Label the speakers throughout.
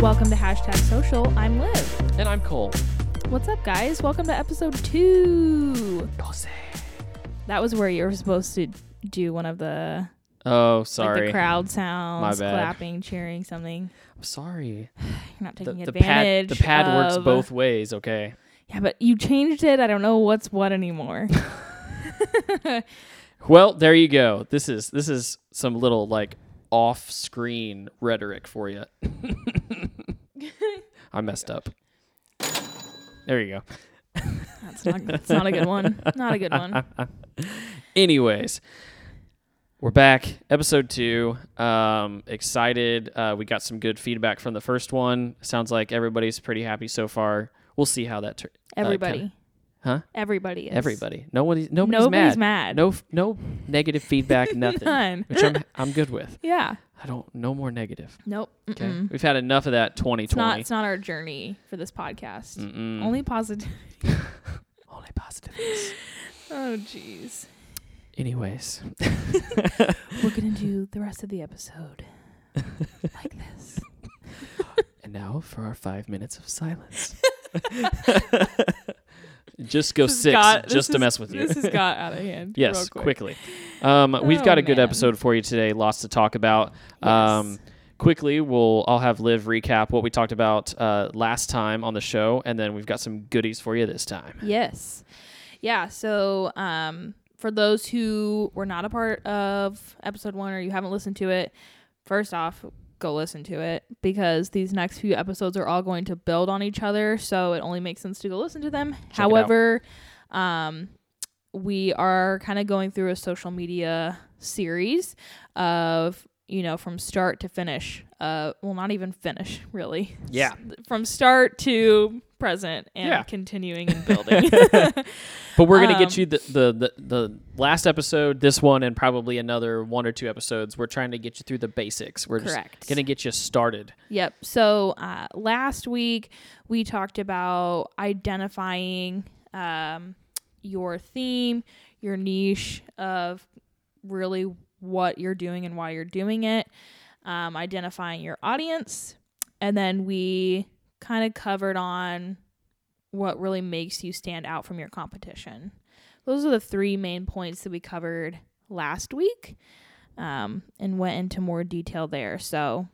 Speaker 1: Welcome to Hashtag Social. I'm Liv.
Speaker 2: And I'm Cole.
Speaker 1: What's up, guys? Welcome to episode two. That was where you were supposed to do one of the
Speaker 2: Oh,
Speaker 1: like
Speaker 2: sorry.
Speaker 1: the crowd sounds,
Speaker 2: My bad.
Speaker 1: clapping, cheering, something.
Speaker 2: I'm sorry.
Speaker 1: You're not
Speaker 2: The,
Speaker 1: taking
Speaker 2: the pad
Speaker 1: advantage.
Speaker 2: the pad works
Speaker 1: of-
Speaker 2: both ways, okay?
Speaker 1: Yeah, but you changed it. I don't know what's what anymore.
Speaker 2: Well, there you go. This is this is some little like off-screen rhetoric for you. I messed up. There you go.
Speaker 1: That's not. That's not a good one. Not a good one.
Speaker 2: Anyways, we're back, episode two. Um, excited. Uh, we got some good feedback from the first one. Sounds like everybody's pretty happy so far. We'll see how that turns.
Speaker 1: Everybody.
Speaker 2: Huh?
Speaker 1: Everybody is.
Speaker 2: Everybody. Nobody. Nobody's,
Speaker 1: Nobody's mad.
Speaker 2: mad. No. f- No negative feedback. Nothing.
Speaker 1: None.
Speaker 2: Which I'm. I'm good with.
Speaker 1: Yeah.
Speaker 2: I don't. No more negative.
Speaker 1: Nope.
Speaker 2: Okay.
Speaker 1: Mm-mm.
Speaker 2: We've had enough of that. Twenty
Speaker 1: It's not.
Speaker 2: twenty.
Speaker 1: Mm-hmm. It's not our journey for this podcast.
Speaker 2: Mm-mm.
Speaker 1: Only positive.
Speaker 2: Only positive.
Speaker 1: Oh, jeez.
Speaker 2: Anyways,
Speaker 1: We're gonna do the rest of the episode like this.
Speaker 2: and now for our five minutes of silence. Just go six, just to mess with you.
Speaker 1: This has got out of hand. real
Speaker 2: Yes,
Speaker 1: quick.
Speaker 2: quickly. Um, we've
Speaker 1: Oh,
Speaker 2: got a good
Speaker 1: man.
Speaker 2: episode for you today. Lots to talk about. Um, quickly, we'll I'll have Liv recap what we talked about uh, last time on the show, and then we've got some goodies for you this time.
Speaker 1: Yes. Yeah. So, um, for those who were not a part of episode one or you haven't listened to it, first off, go listen to it because these next few episodes are all going to build on each other. So it only makes sense to go listen to them.
Speaker 2: out.
Speaker 1: However, um, we are kind of going through a social media series of you know from start to finish uh well not even finish really
Speaker 2: Yeah.
Speaker 1: from start to present and
Speaker 2: Yeah.
Speaker 1: continuing and building.
Speaker 2: But we're gonna
Speaker 1: Um,
Speaker 2: get you the, the the the last episode, this one, and probably another one or two episodes. We're trying to get you through the basics. We're
Speaker 1: Correct.
Speaker 2: just gonna get you started.
Speaker 1: yep. So uh, last week we talked about identifying um, your theme, your niche of really what you're doing and why you're doing it, um, identifying your audience, and then we kind of covered on what really makes you stand out from your competition. Those are the three main points that we covered last week um, and went into more detail there. So,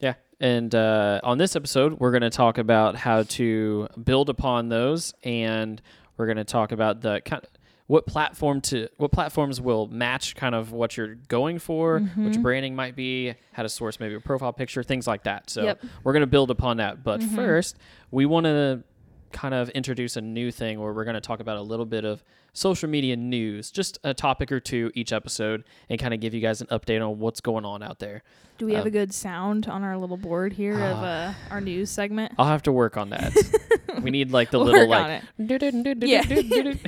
Speaker 2: Yeah. And uh, on this episode, we're going to talk about how to build upon those, and we're going to talk about the kind what platform to what platforms will match kind of what you're going for,
Speaker 1: Mm-hmm.
Speaker 2: which branding might be, how to source maybe a profile picture, things like that. So
Speaker 1: Yep.
Speaker 2: we're going to build upon that. But
Speaker 1: Mm-hmm.
Speaker 2: first, we want to kind of introduce a new thing where we're going to talk about a little bit of social media news, just a topic or two each episode, and kind of give you guys an update on what's going on out there.
Speaker 1: do we
Speaker 2: Oh.
Speaker 1: have a good sound on our little board here of
Speaker 2: Ah.
Speaker 1: uh, our news segment?
Speaker 2: I'll have to work on that. we need like the
Speaker 1: We'll
Speaker 2: little
Speaker 1: work on
Speaker 2: like.
Speaker 1: Yeah.
Speaker 2: and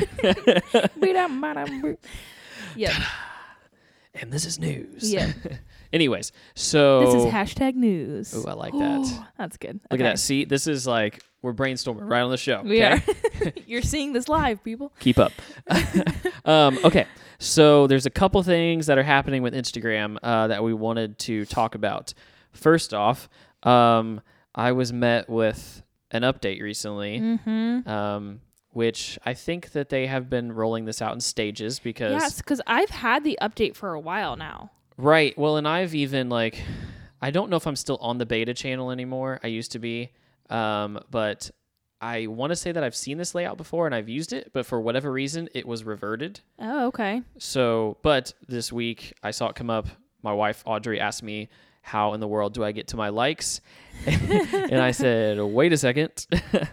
Speaker 1: yep.
Speaker 2: this is news.
Speaker 1: Yep.
Speaker 2: Anyways, so
Speaker 1: This is hashtag news.
Speaker 2: Oh. Ooh, I like that.
Speaker 1: That's good.
Speaker 2: look at that. See, this is like we're brainstorming right on the show.
Speaker 1: We
Speaker 2: okay?
Speaker 1: are. You're seeing this live, people.
Speaker 2: Keep up. um, okay, so there's a couple things that are happening with Instagram uh, that we wanted to talk about. First off, um, I was met with an update recently.
Speaker 1: Mm-hmm.
Speaker 2: um, which I think that they have been rolling this out in stages because
Speaker 1: Yes, because I've had the update for a while now.
Speaker 2: right. Well, and I've even like I don't know if I'm still on the beta channel anymore. I used to be, um, but I want to say that I've seen this layout before and I've used it, but for whatever reason, it was reverted.
Speaker 1: Oh, okay.
Speaker 2: So, but this week I saw it come up. My wife Audrey asked me, "How in the world do I get to my likes?" and I said, "Wait a second.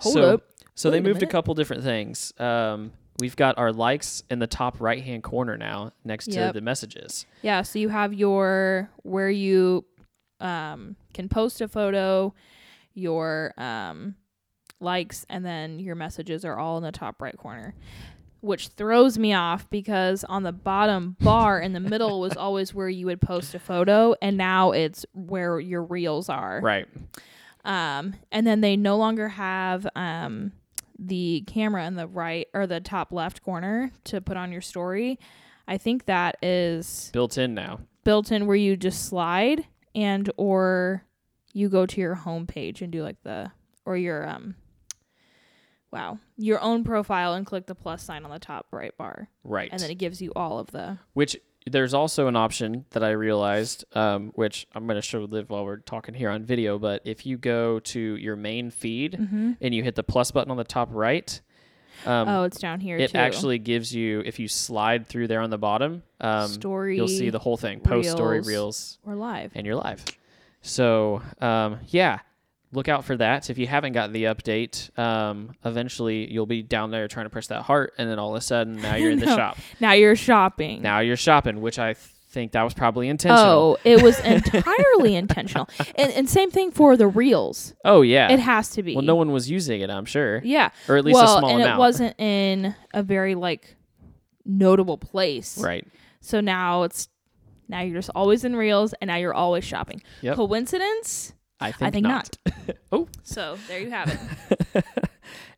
Speaker 1: Hold
Speaker 2: so,
Speaker 1: up.
Speaker 2: So
Speaker 1: Wait
Speaker 2: they
Speaker 1: a
Speaker 2: moved a,
Speaker 1: minute.
Speaker 2: couple different things. Um, we've got our likes in the top right-hand corner now, next to
Speaker 1: Yep.
Speaker 2: the messages.
Speaker 1: Yeah, so you have your where you um, can post a photo, your um, likes, and then your messages are all in the top right corner, which throws me off because on the bottom bar in the middle was always where you would post a photo, and now it's where your reels are.
Speaker 2: Right.
Speaker 1: Um, and then they no longer have um, the camera in the right or the top left corner to put on your story. I think that is
Speaker 2: Built in now.
Speaker 1: built in where you just slide and or you go to your homepage and do like the or your um wow your own profile and click the plus sign on the top right bar
Speaker 2: Right.
Speaker 1: and then it gives you all of the
Speaker 2: which there's also an option that I realized, um, which I'm going to show live while we're talking here on video. But if you go to your main feed and you hit the plus button on the top right, um,
Speaker 1: oh it's down here
Speaker 2: it
Speaker 1: too
Speaker 2: actually gives you, if you slide through there on the bottom, um,
Speaker 1: story
Speaker 2: you'll see the whole thing post story
Speaker 1: Reels.
Speaker 2: reels,
Speaker 1: or live
Speaker 2: and you're live. So, um, yeah, look out for that. If you haven't got the update, um, eventually you'll be down there trying to press that heart, and then all of a sudden now you're in the
Speaker 1: No.
Speaker 2: shop.
Speaker 1: now you're shopping
Speaker 2: Now you're shopping, which I think that was probably intentional.
Speaker 1: oh it was entirely intentional and, and same thing for the reels
Speaker 2: Oh, yeah.
Speaker 1: it has to be
Speaker 2: well, no one was using it, I'm sure.
Speaker 1: yeah
Speaker 2: Or at least
Speaker 1: well
Speaker 2: a small
Speaker 1: and
Speaker 2: amount.
Speaker 1: it wasn't in a very like notable place
Speaker 2: Right.
Speaker 1: So now it's now you're just always in reels and now you're always shopping.
Speaker 2: Yep.
Speaker 1: Coincidence?
Speaker 2: I think,
Speaker 1: I think not.
Speaker 2: Oh.
Speaker 1: So there you have it.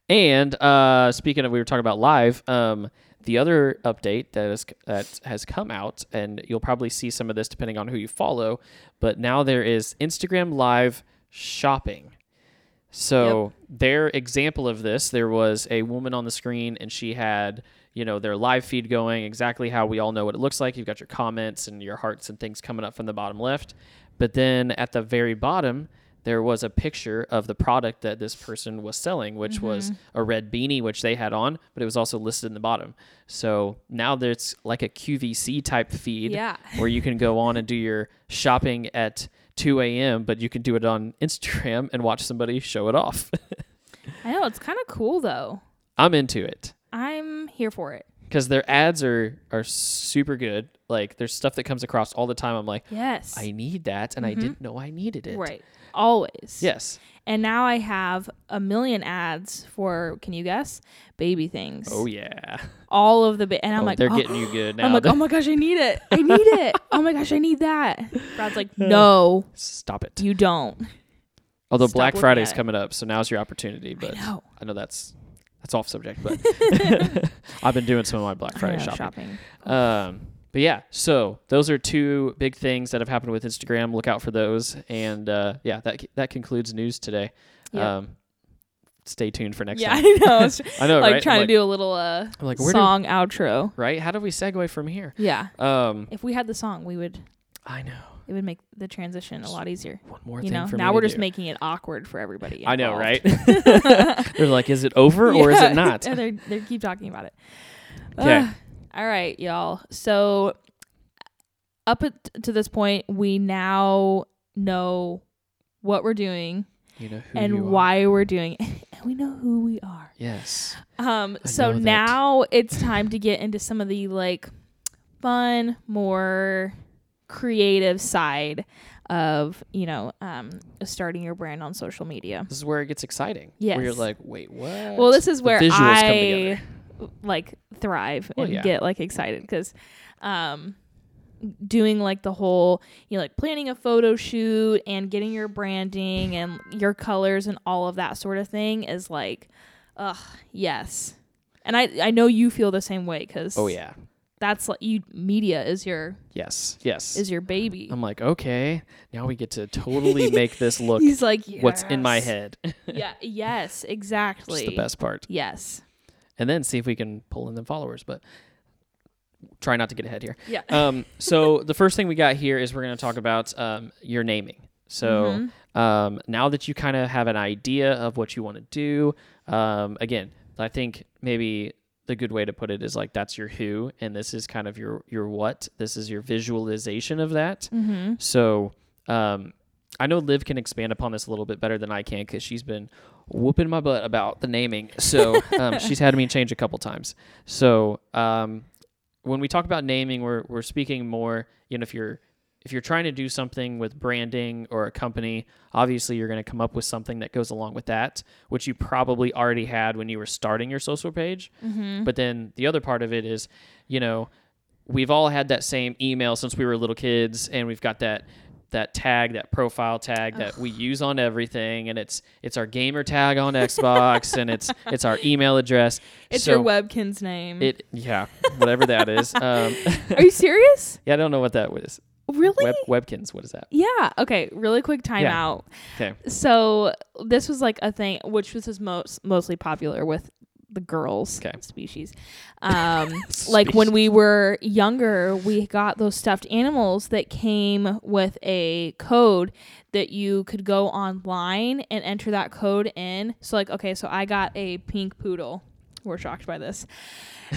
Speaker 2: And uh, speaking of, we were talking about live. Um, the other update that is that has come out, and you'll probably see some of this depending on who you follow, but now there is Instagram Live shopping. So their example of this, there was a woman on the screen, and she had you know their live feed going exactly how we all know what it looks like. You've got your comments and your hearts and things coming up from the bottom left, but then at the very bottom there was a picture of the product that this person was selling, which was a red beanie, which they had on, but it was also listed in the bottom. So now there's like a QVC type feed
Speaker 1: Yeah.
Speaker 2: where you can go on and do your shopping at 2 a.m., but you can do it on Instagram and watch somebody show it off.
Speaker 1: I know it's kind of cool though.
Speaker 2: I'm into it
Speaker 1: I'm here for it.
Speaker 2: because their ads are, are super good. Like there's stuff that comes across all the time. I'm like,
Speaker 1: Yes.
Speaker 2: I need that. And I didn't know I needed it.
Speaker 1: Mm-hmm. right. Always.
Speaker 2: Yes.
Speaker 1: And now I have a million ads for can you guess? Baby things.
Speaker 2: Oh, yeah.
Speaker 1: All of the ba- and I'm
Speaker 2: Oh,
Speaker 1: like
Speaker 2: they're
Speaker 1: "Oh."
Speaker 2: getting you good now.
Speaker 1: I'm like, oh my gosh, I need it. I need it. Oh my gosh, I need that. Brad's like, no,
Speaker 2: Stop it.
Speaker 1: you don't.
Speaker 2: Although
Speaker 1: Stop
Speaker 2: Black
Speaker 1: looking
Speaker 2: Friday's
Speaker 1: at it.
Speaker 2: coming up, so now's your opportunity. But I know,
Speaker 1: know.
Speaker 2: that's that's off subject, but I've been doing some of my Black Friday
Speaker 1: I know,
Speaker 2: shopping.
Speaker 1: shopping.
Speaker 2: Um, but yeah, so those are two big things that have happened with Instagram. Look out for those, and uh, yeah, that that concludes news today.
Speaker 1: Yep.
Speaker 2: Um, stay tuned for next
Speaker 1: yeah,
Speaker 2: time.
Speaker 1: I know. I was
Speaker 2: I know,
Speaker 1: like
Speaker 2: right?
Speaker 1: trying
Speaker 2: like,
Speaker 1: to do a little uh
Speaker 2: I'm like, where do-
Speaker 1: song outro.
Speaker 2: right? How do we segue from here?
Speaker 1: Yeah.
Speaker 2: Um,
Speaker 1: If we had the song, we would
Speaker 2: I know
Speaker 1: it would make the transition a lot easier.
Speaker 2: one more
Speaker 1: You
Speaker 2: thing
Speaker 1: know,
Speaker 2: for
Speaker 1: now
Speaker 2: me
Speaker 1: we're
Speaker 2: to
Speaker 1: just
Speaker 2: do.
Speaker 1: making it awkward for everybody.
Speaker 2: I know,
Speaker 1: involved.
Speaker 2: right? They're like, is it over or is
Speaker 1: Yeah.
Speaker 2: it not?
Speaker 1: And they they keep talking about it.
Speaker 2: 'Kay.
Speaker 1: Ugh. all right, y'all. So up at, to this point, we now know what we're doing
Speaker 2: You know who you
Speaker 1: and
Speaker 2: are.
Speaker 1: why we're doing it. and we know who we are.
Speaker 2: Yes.
Speaker 1: Um,
Speaker 2: I
Speaker 1: so
Speaker 2: know that.
Speaker 1: now it's time to get into some of the like fun, more creative side of you know um, starting your brand on social media.
Speaker 2: This is where it gets exciting. Where you're
Speaker 1: Yes.
Speaker 2: like, wait, what?
Speaker 1: Well, this is where
Speaker 2: visuals come
Speaker 1: I
Speaker 2: together.
Speaker 1: like thrive
Speaker 2: Well,
Speaker 1: and
Speaker 2: yeah.
Speaker 1: get like excited because um, doing like the whole you know like planning a photo shoot and getting your branding and your colors and all of that sort of thing is like, ugh, yes. And I I know you feel the same way because
Speaker 2: Oh yeah.
Speaker 1: that's like you media is your
Speaker 2: Yes. Yes.
Speaker 1: is your baby.
Speaker 2: I'm like, okay, now we get to totally make this look
Speaker 1: He's like
Speaker 2: what's in my
Speaker 1: "Yes."
Speaker 2: head.
Speaker 1: Yeah. Yes. Exactly.
Speaker 2: Just the best part.
Speaker 1: Yes.
Speaker 2: And then see if we can pull in the followers, but try not to get ahead here.
Speaker 1: Yeah.
Speaker 2: Um, so the first thing we got here is we're going to talk about um, your naming.
Speaker 1: Mm-hmm.
Speaker 2: So um, now that you kind of have an idea of what you want to do, um, again, I think maybe the good way to put it is like that's your who, and this is kind of your your what. This is your visualization of that.
Speaker 1: Mm-hmm.
Speaker 2: So um, I know Liv can expand upon this a little bit better than I can because she's been whooping my butt about the naming. So um, she's had me change a couple times. So um, when we talk about naming, we're we're speaking more. You know, if you're if you're trying to do something with branding or a company, obviously you're going to come up with something that goes along with that, which you probably already had when you were starting your social page.
Speaker 1: Mm-hmm.
Speaker 2: But then the other part of it is, you know, we've all had that same email since we were little kids, and we've got that that tag, that profile tag that we use on everything, and it's it's our gamer tag on Xbox, and it's it's our email address.
Speaker 1: It's
Speaker 2: So
Speaker 1: your Webkin's name.
Speaker 2: It yeah, whatever that is. Um,
Speaker 1: Mm-hmm. Are you serious?
Speaker 2: yeah, I don't know what that was.
Speaker 1: Really?
Speaker 2: Web, Webkins, what is that?
Speaker 1: Yeah. Okay. Really quick
Speaker 2: Yeah.
Speaker 1: timeout.
Speaker 2: Okay.
Speaker 1: So this was like a thing, which this is most mostly popular with the girls
Speaker 2: Okay.
Speaker 1: species. Um, like when we were younger, we got those stuffed animals that came with a code that you could go online and enter that code in. So like, okay, so I got a pink poodle. We're shocked by this.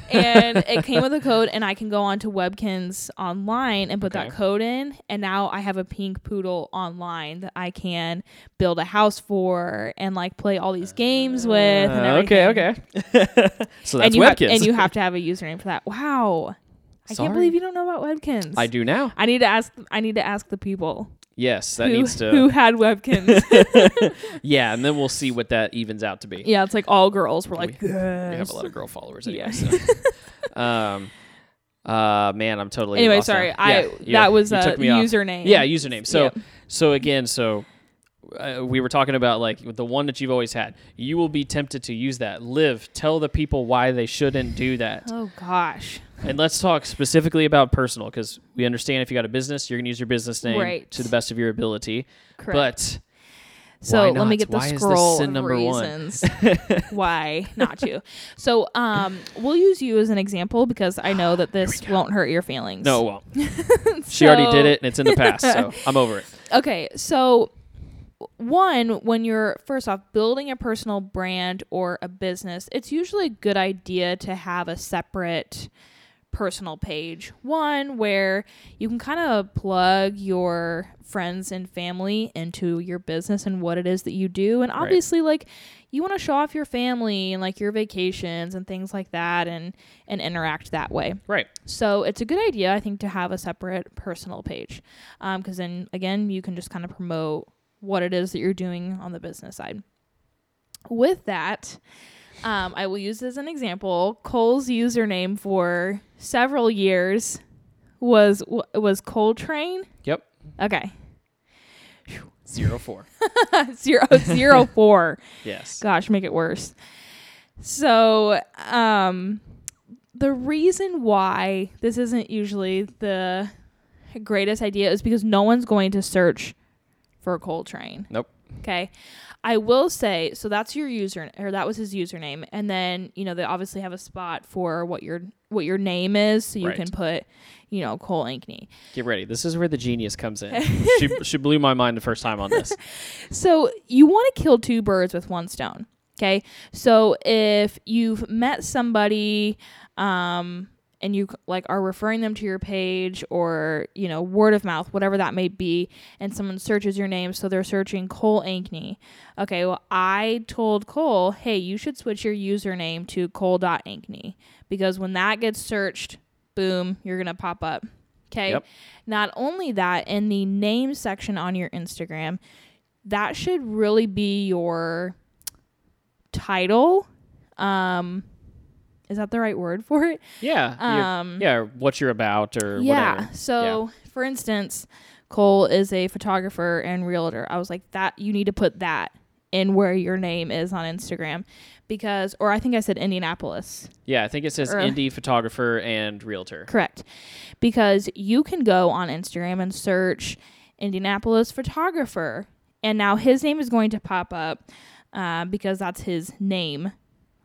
Speaker 1: and it came with a code and I can go on to Webkins online and put that
Speaker 2: Okay.
Speaker 1: code in and now I have a pink poodle online that I can build a house for and like play all these games with and
Speaker 2: Uh, okay,
Speaker 1: everything.
Speaker 2: okay. so that's
Speaker 1: and you, ha-
Speaker 2: Webkins.
Speaker 1: and you have to have a username for that. Wow. I
Speaker 2: Sorry.
Speaker 1: can't believe you don't know about Webkins.
Speaker 2: I do now.
Speaker 1: I need to ask I need to ask the people
Speaker 2: Yes, that
Speaker 1: who,
Speaker 2: needs to.
Speaker 1: who had Webkins.
Speaker 2: Yeah, and then we'll see what that evens out to be.
Speaker 1: yeah, it's like all girls were like,
Speaker 2: We
Speaker 1: yes.
Speaker 2: have a lot of girl followers anyway.
Speaker 1: Yeah.
Speaker 2: So. Um, uh, man, I'm totally.
Speaker 1: anyway,
Speaker 2: lost now.
Speaker 1: sorry.
Speaker 2: Yeah,
Speaker 1: I
Speaker 2: you-
Speaker 1: that was uh,
Speaker 2: you
Speaker 1: a
Speaker 2: took me off.
Speaker 1: username.
Speaker 2: Yeah, username. So,
Speaker 1: Yep.
Speaker 2: so again, so uh, we were talking about like the one that you've always had. You will be tempted to use that. Live. Tell the people why they shouldn't do that.
Speaker 1: Oh gosh.
Speaker 2: And let's talk specifically about personal because we understand if you got a business, you're gonna use your business name
Speaker 1: Right.
Speaker 2: to the best of your ability.
Speaker 1: Correct.
Speaker 2: But
Speaker 1: So
Speaker 2: Why
Speaker 1: let me
Speaker 2: not?
Speaker 1: get the
Speaker 2: Why is this
Speaker 1: scroll
Speaker 2: sin
Speaker 1: of
Speaker 2: number one?
Speaker 1: reasons why not you. So um, we'll use you as an example because I know that this won't hurt your feelings.
Speaker 2: no, well, she already did
Speaker 1: So-
Speaker 2: it, and it's in the past, so I'm over it.
Speaker 1: Okay, so one, when you're first off building a personal brand or a business, it's usually a good idea to have a separate personal page. One where you can kind of plug your friends and family into your business and what it is that you do. And obviously like you want to show off your family and like your vacations and things like that and and interact that way.
Speaker 2: Right.
Speaker 1: So it's a good idea, I think, to have a separate personal page because then, again, you can just kind of promote what it is that you're doing on the business side. With that, um, I will use as an example Cole's username for several years was was Coltrane.
Speaker 2: Yep.
Speaker 1: Okay,
Speaker 2: Zero four.
Speaker 1: zero zero four.
Speaker 2: yes.
Speaker 1: Gosh, make it worse. So, um, the reason why this isn't usually the greatest idea is because no one's going to search for Coltrane.
Speaker 2: Nope.
Speaker 1: Okay. I will say, so that's your user or that was his username. And then, you know, they obviously have a spot for what your what your name is, so you
Speaker 2: Right.
Speaker 1: can put, you know, Cole Ankney.
Speaker 2: Get ready. This is where the genius comes in. she, she blew my mind the first time on this.
Speaker 1: So you want to kill two birds with one stone. Okay. So if you've met somebody, um, and you like are referring them to your page or you know word of mouth whatever that may be and someone searches your name so they're searching cole ankney okay well i told cole hey you should switch your username to cole.ankney because when that gets searched boom you're gonna pop up okay
Speaker 2: Yep.
Speaker 1: not only that in the name section on your instagram that should really be your title. Um, is that the right word for it?
Speaker 2: Yeah. you-
Speaker 1: Um,
Speaker 2: yeah. or What you're about or
Speaker 1: yeah.
Speaker 2: whatever.
Speaker 1: So, for instance, Cole is a photographer and realtor. I was like, that you need to put that in where your name is on Instagram because, or I think I said Indianapolis.
Speaker 2: Yeah. I think it says
Speaker 1: Or-
Speaker 2: indie photographer and realtor.
Speaker 1: Correct. Because you can go on Instagram and search Indianapolis photographer. And now his name is going to pop up uh, because that's his name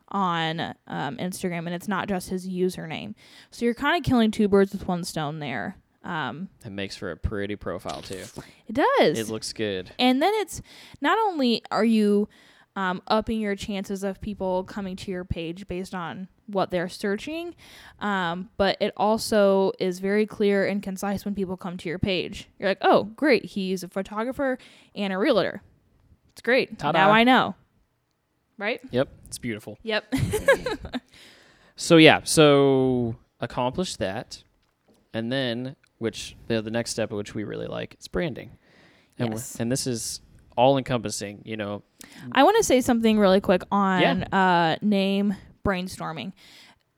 Speaker 1: on um, Instagram and it's not just his username. So you're kind of killing two birds with one stone there. Um,
Speaker 2: It makes for a pretty profile too.
Speaker 1: it does.
Speaker 2: It looks good.
Speaker 1: And then it's not only are you um, upping your chances of people coming to your page based on what they're searching, um, but it also is very clear and concise when people come to your page. You're like, oh, great, he's a photographer and a realtor. It's great.
Speaker 2: Ta-da.
Speaker 1: Now I know. Right?
Speaker 2: Yep. It's beautiful.
Speaker 1: Yep.
Speaker 2: So yeah. So accomplish that, and then which the, the next step, which we really like, is branding. And we're-
Speaker 1: Yes.
Speaker 2: And this is all encompassing. You know.
Speaker 1: I want to say something really quick on uh, name brainstorming.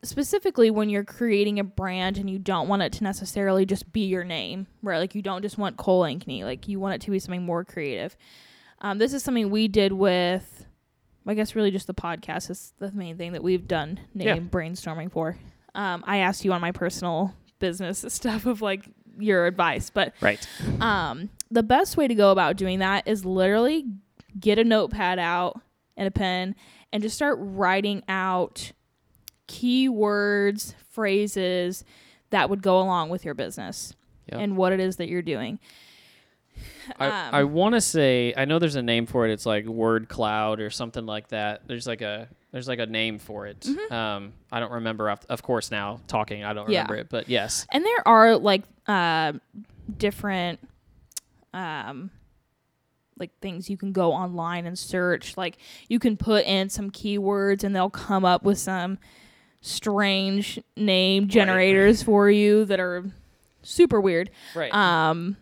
Speaker 1: Specifically, when you're creating a brand and you don't want it to necessarily just be your name, right? Like you don't just want Cole Ankney, like you want it to be something more creative. Um, this is something we did with, I guess, really just the podcast is the main thing that we've done name
Speaker 2: Yeah.
Speaker 1: brainstorming for. Um, I asked you on my personal business stuff of like your advice, but
Speaker 2: Right.
Speaker 1: um, the best way to go about doing that is literally get a notepad out and a pen and just start writing out keywords, phrases that would go along with your business
Speaker 2: Yep.
Speaker 1: and what it is that you're doing.
Speaker 2: I, I
Speaker 1: Um,
Speaker 2: want to say I know there's a name for it. It's like word cloud or something like that. There's like a there's like a name for it. Um, I don't remember. Off, of course, now talking, I don't
Speaker 1: Mm-hmm. Yeah.
Speaker 2: remember it. But yes,
Speaker 1: And there are like uh, different um, like things you can go online and search. Like you can put in some keywords and they'll come up with some strange name generators for you that are super weird.
Speaker 2: right.
Speaker 1: Um,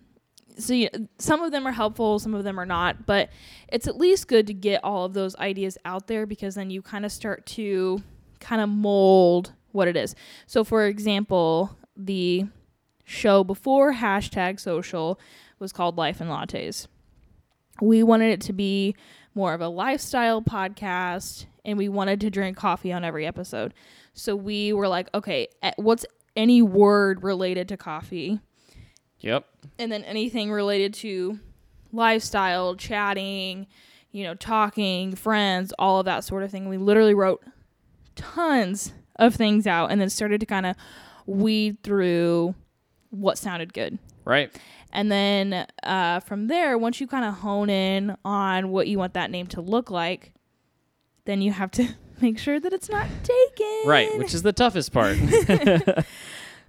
Speaker 1: so you, some of them are helpful, some of them are not, but it's at least good to get all of those ideas out there because then you kind of start to kind of mold what it is. So, for example, the show before hashtag social was called Life and Lattes. We wanted it to be more of a lifestyle podcast and we wanted to drink coffee on every episode. So, we were like, okay, eh, what's any word related to coffee?
Speaker 2: yep.
Speaker 1: and then anything related to lifestyle, chatting, you know, talking, friends, all of that sort of thing. We literally wrote tons of things out and then started to kind of weed through what sounded good.
Speaker 2: Right.
Speaker 1: And then uh, from there, once you kind of hone in on what you want that name to look like, then you have to make sure that it's not taken.
Speaker 2: Right. Which is the toughest part.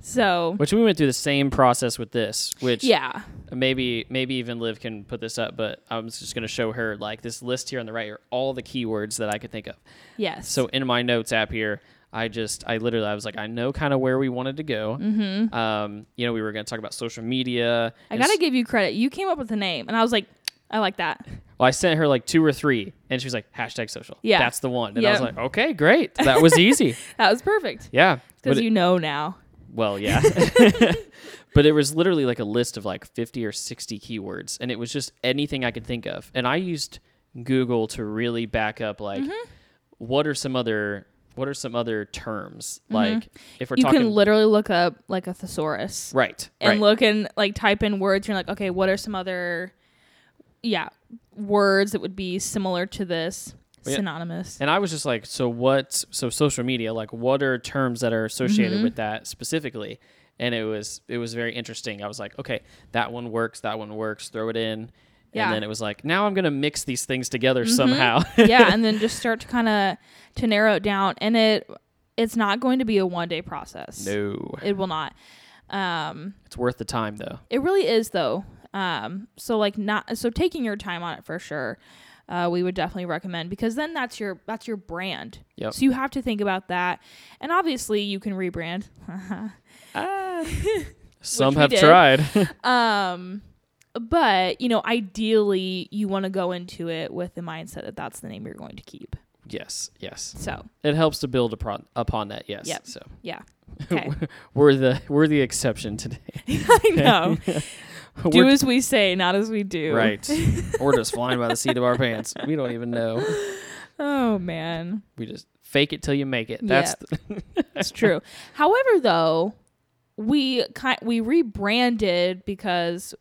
Speaker 1: so,
Speaker 2: which we went through the same process with this. Which
Speaker 1: yeah.
Speaker 2: maybe maybe even Liv can put this up, but I was just gonna show her like this list here on the right are all the keywords that I could think of.
Speaker 1: Yes.
Speaker 2: So in my notes app here, I just I literally I was like I know kind of where we wanted to go. Mm-hmm. Um, you know we were gonna talk about social media.
Speaker 1: I
Speaker 2: and
Speaker 1: got to
Speaker 2: s-
Speaker 1: give you credit. You came up with the name, and I was like, I like that.
Speaker 2: Well, I sent her like two or three, and she was like hashtag social.
Speaker 1: Yeah.
Speaker 2: that's the one. And I was
Speaker 1: Yep.
Speaker 2: like, okay, great, that was easy.
Speaker 1: That was perfect.
Speaker 2: yeah, But
Speaker 1: Because
Speaker 2: it-
Speaker 1: you know now.
Speaker 2: Well, yeah. but it was literally like a list of like 50 or 60 keywords, and it was just anything I could think of. And I used Google to really back up like
Speaker 1: Mm-hmm.
Speaker 2: what are some other what are some other terms? Like if we're
Speaker 1: Mm-hmm. you
Speaker 2: talking
Speaker 1: can literally look up like a thesaurus
Speaker 2: right,
Speaker 1: and
Speaker 2: right.
Speaker 1: look and like type in words. You're like, okay, what are some other, yeah, words that would be similar to this,
Speaker 2: Well, yeah.
Speaker 1: synonymous?
Speaker 2: and I was just like, so what? So social media, like, what are terms that are
Speaker 1: Mm-hmm.
Speaker 2: associated with that specifically? And it was it was very interesting. I was like, okay, that one works, that one works. Throw it in,
Speaker 1: Yeah. Mm-hmm.
Speaker 2: and then it was like, now I'm gonna mix these things together somehow.
Speaker 1: yeah, and then just start to kind of to narrow it down. And it it's not going to be a one day process.
Speaker 2: no,
Speaker 1: It will not. Um,
Speaker 2: It's worth the time though.
Speaker 1: It really is though. Um, so like not so taking your time on it for sure. Uh, we would definitely recommend because then that's your that's your brand.
Speaker 2: Yep.
Speaker 1: So you have to think about that, and obviously you can rebrand.
Speaker 2: Some
Speaker 1: we
Speaker 2: have
Speaker 1: did.
Speaker 2: tried.
Speaker 1: um, but you know, ideally you want to go into it with the mindset that that's the name you're going to keep.
Speaker 2: yes, yes.
Speaker 1: So
Speaker 2: It helps to build upon upon that. Yes.
Speaker 1: Yep.
Speaker 2: So
Speaker 1: yeah, okay,
Speaker 2: we're the we're the exception today.
Speaker 1: I know. Do
Speaker 2: We're-
Speaker 1: as we say, not as we do.
Speaker 2: right. we're just flying by the seat of our pants. We don't even know.
Speaker 1: Oh man.
Speaker 2: We just fake it till you make it. That's the,
Speaker 1: It's true. However, though, we ki- we rebranded because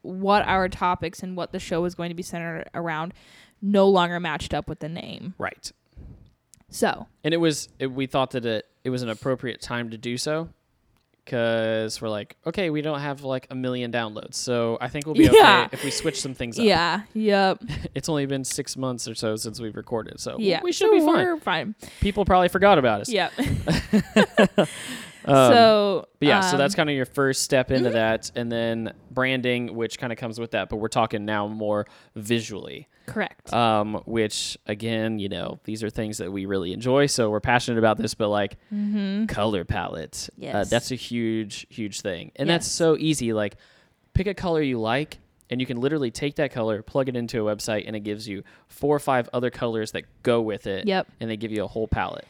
Speaker 1: what our topics and what the show was going to be centered around no longer matched up with the name.
Speaker 2: right.
Speaker 1: So,
Speaker 2: And it was it, we thought that it it was an appropriate time to do so because we're like, okay, we don't have like a million downloads, so I think we'll be
Speaker 1: Yeah.
Speaker 2: okay if we switch some things up.
Speaker 1: yeah, yep,
Speaker 2: It's only been six months or so since we've recorded, so
Speaker 1: yeah.
Speaker 2: we should
Speaker 1: So
Speaker 2: be fine.
Speaker 1: We're fine.
Speaker 2: people probably forgot about us.
Speaker 1: Yep.
Speaker 2: Um,
Speaker 1: so,
Speaker 2: but yeah, so
Speaker 1: um, Mm-hmm.
Speaker 2: that's kind of your first step into that, and then branding, which kind of comes with that. But we're talking now more visually,
Speaker 1: correct.
Speaker 2: um, which again, you know, these are things that we really enjoy, so we're passionate about this. But like
Speaker 1: Mm-hmm.
Speaker 2: color palette, uh,
Speaker 1: Yes.
Speaker 2: that's a huge, huge thing, and that's
Speaker 1: Yes.
Speaker 2: so easy. Like, pick a color you like. And you can literally take that color, plug it into a website, and it gives you four or five other colors that go with it.
Speaker 1: Yep.
Speaker 2: And they give you a whole palette.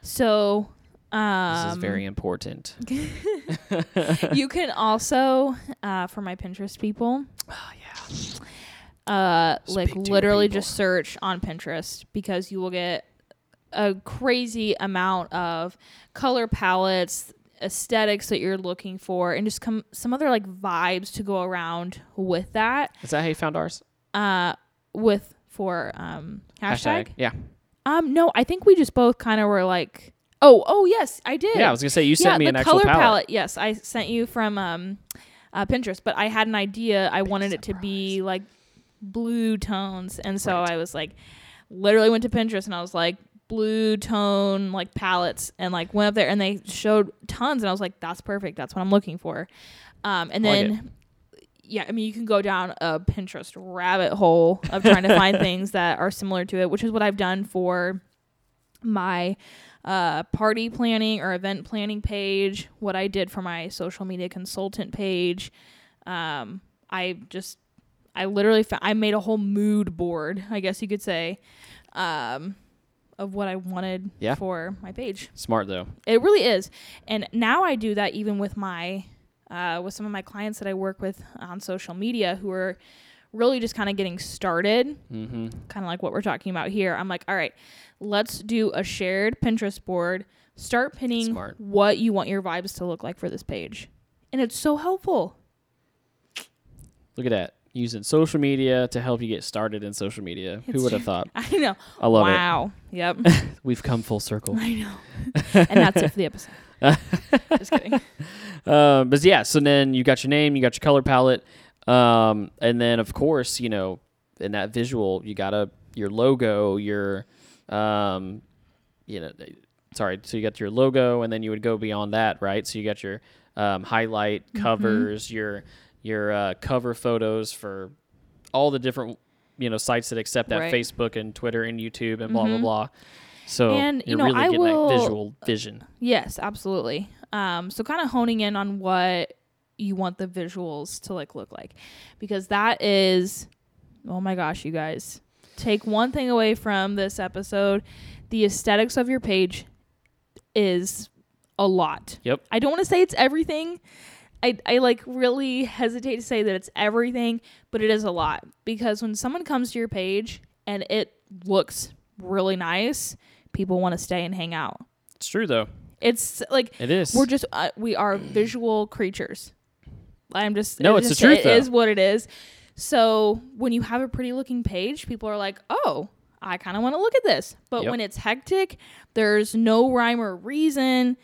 Speaker 1: so, um,
Speaker 2: This is very important.
Speaker 1: you can also uh, for my Pinterest people. Uh, like
Speaker 2: Speak to your
Speaker 1: literally
Speaker 2: people.
Speaker 1: just search on Pinterest because you will get a crazy amount of color palettes, aesthetics that you're looking for and just come some other like vibes to go around with that
Speaker 2: Is that how you found ours?
Speaker 1: uh with for um hashtag,
Speaker 2: Yeah.
Speaker 1: um no i think we just both kind of were like oh oh yes i did
Speaker 2: Yeah, I was gonna say you sent
Speaker 1: yeah,
Speaker 2: me
Speaker 1: the
Speaker 2: an actual
Speaker 1: color
Speaker 2: palette.
Speaker 1: Yes, I sent you from um, uh, Pinterest, but I had an idea. I wanted it to be like blue tones, and so I was like, literally went to Pinterest and I was like, blue tone like palettes, and like went up there and they showed tons, and I was like, that's perfect. That's what I'm looking for. Um, and
Speaker 2: I like
Speaker 1: then. yeah, I mean, you can go down a Pinterest rabbit hole of trying to find things that are similar to it, which is what I've done for my uh, party planning or event planning page, what I did for my social media consultant page. Um, I just, I literally, found, I made a whole mood board, I guess you could say, um, of what I wanted
Speaker 2: Yeah.
Speaker 1: for my page.
Speaker 2: Smart though.
Speaker 1: It really is, and now I do that even with my, uh, with some of my clients that I work with on social media who are really just kind of getting started
Speaker 2: Mm-hmm.
Speaker 1: kind of like what we're talking about here. I'm like, all right, let's do a shared Pinterest board. Start pinning
Speaker 2: Smart.
Speaker 1: what you want your vibes to look like for this page. And it's so helpful.
Speaker 2: Look at that. Using social media to help you get started in social media. Who
Speaker 1: It's-
Speaker 2: would have thought?
Speaker 1: I know.
Speaker 2: I love
Speaker 1: wow. Yep.
Speaker 2: it. We've come full circle.
Speaker 1: I know. and that's it for the episode. Just kidding.
Speaker 2: Um, but yeah, so then you got your name, you got your color palette, um, and then of course, you know, in that visual, you got a your logo, your, um, you know, sorry, so you got your logo, and then you would go beyond that, right? So you got your um, highlight
Speaker 1: Mm-hmm.
Speaker 2: covers, your your uh, cover photos for all the different you know sites that accept that
Speaker 1: Right. Mm-hmm.
Speaker 2: Facebook and Twitter and YouTube and blah blah blah. So
Speaker 1: And, you
Speaker 2: you're
Speaker 1: know,
Speaker 2: really
Speaker 1: I
Speaker 2: getting
Speaker 1: will-
Speaker 2: that visual vision.
Speaker 1: Yes, absolutely. Um, so kind of honing in on what you want the visuals to like look like, because that is, oh my gosh, you guys, take one thing away from this episode: the aesthetics of your page is a lot.
Speaker 2: Yep.
Speaker 1: I don't want to say it's everything. I, I like really hesitate to say that it's everything, but it is a lot because when someone comes to your page and it looks really nice, people want to stay and hang out.
Speaker 2: It's true though.
Speaker 1: It's like
Speaker 2: It is.
Speaker 1: we're just uh, we are visual creatures. I'm just
Speaker 2: No,
Speaker 1: it
Speaker 2: it's the
Speaker 1: just-
Speaker 2: truth,
Speaker 1: It
Speaker 2: though.
Speaker 1: is what it is. So when you have a pretty looking page, people are like, "Oh, I kind of want to look at this." But
Speaker 2: Yep.
Speaker 1: when it's hectic, there's no rhyme or reason.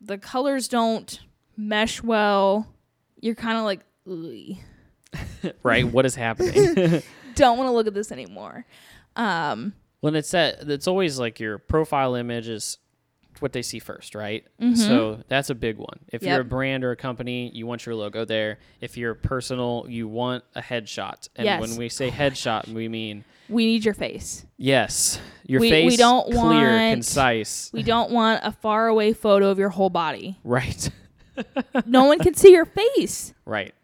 Speaker 1: The colors don't mesh well. You're kind of like, "Ugh."
Speaker 2: right. What is happening?
Speaker 1: "Don't want to look at this anymore." Um,
Speaker 2: when it's that it's always like your profile image is what they see first right so that's a big one if you're a
Speaker 1: Mm-hmm. Yep.
Speaker 2: brand or a company you want your logo there if you're personal you want a headshot and
Speaker 1: Yes.
Speaker 2: when we say headshot we mean
Speaker 1: we need your face.
Speaker 2: yes your
Speaker 1: We- we
Speaker 2: face
Speaker 1: don't
Speaker 2: clear
Speaker 1: want-
Speaker 2: concise
Speaker 1: We don't want a faraway photo of your whole body.
Speaker 2: right
Speaker 1: No one can see your face.
Speaker 2: right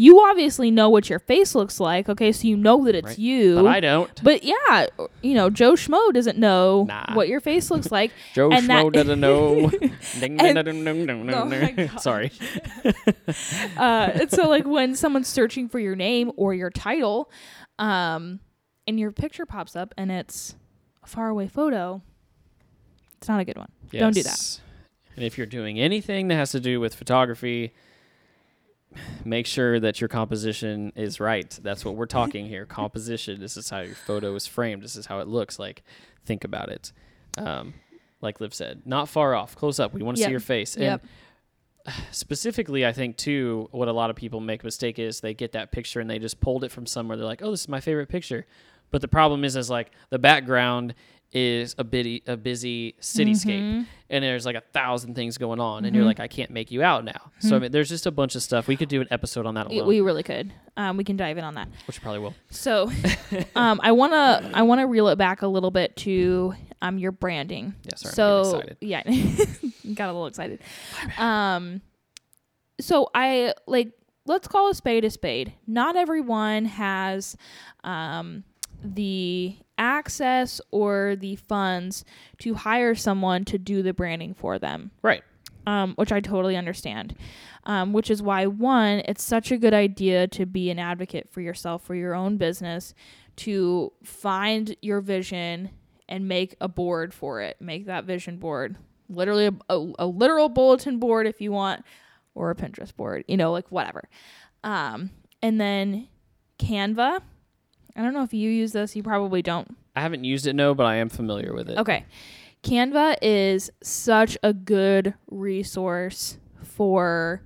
Speaker 1: you obviously know what your face looks like, okay? So you know that it's
Speaker 2: Right.
Speaker 1: you.
Speaker 2: but i don't
Speaker 1: But yeah, you know, Joe Schmo doesn't know
Speaker 2: Nah.
Speaker 1: what your face looks like.
Speaker 2: joe
Speaker 1: and that-
Speaker 2: schmo doesn't know Ding, ding,
Speaker 1: And-
Speaker 2: ding, ding, ding,
Speaker 1: Oh my
Speaker 2: ding, ding.
Speaker 1: gosh.
Speaker 2: sorry
Speaker 1: uh, and so like when someone's searching for your name or your title, um, and your picture pops up and it's a faraway photo, it's not a good one. Don't do that.
Speaker 2: Yes. And if you're doing anything that has to do with photography, make sure that your composition is right. That's what we're talking here. composition. This is how your photo is framed. This is how it looks. Like, think about it. Um, like Liv said, not far off, close up. We want to
Speaker 1: Yep.
Speaker 2: see your face.
Speaker 1: Yep.
Speaker 2: And specifically, I think too, what a lot of people make mistake is they get that picture and they just pulled it from somewhere. They're like, "Oh, this is my favorite picture," but the problem is, is like the background is a bitty, a busy
Speaker 1: Mm-hmm.
Speaker 2: cityscape, and there's like a thousand things going on, and you're like, "I can't make you out now." So I mean, there's just a bunch of stuff. We could do an episode on that
Speaker 1: It-
Speaker 2: alone,
Speaker 1: Hmm. we really could. Um, we can dive in on that.
Speaker 2: which we probably will.
Speaker 1: So, um, I wanna I wanna reel it back a little bit to um your branding.
Speaker 2: Yeah, sorry, I'm
Speaker 1: so
Speaker 2: getting
Speaker 1: yeah, got a little excited. Um, so I like let's call a spade a spade. Not everyone has um the access or the funds to hire someone to do the branding for them
Speaker 2: Right.
Speaker 1: um, which I totally understand. Um, which is why, one, it's such a good idea to be an advocate for yourself, for your own business, to find your vision and make a board for it, make that vision board. literally a, a, a literal bulletin board if you want, or a Pinterest board, you know, like whatever. Um, and then Canva. I don't know if you use this. You probably don't.
Speaker 2: I haven't used it, no, but I am familiar with it.
Speaker 1: Okay. Canva is such a good resource for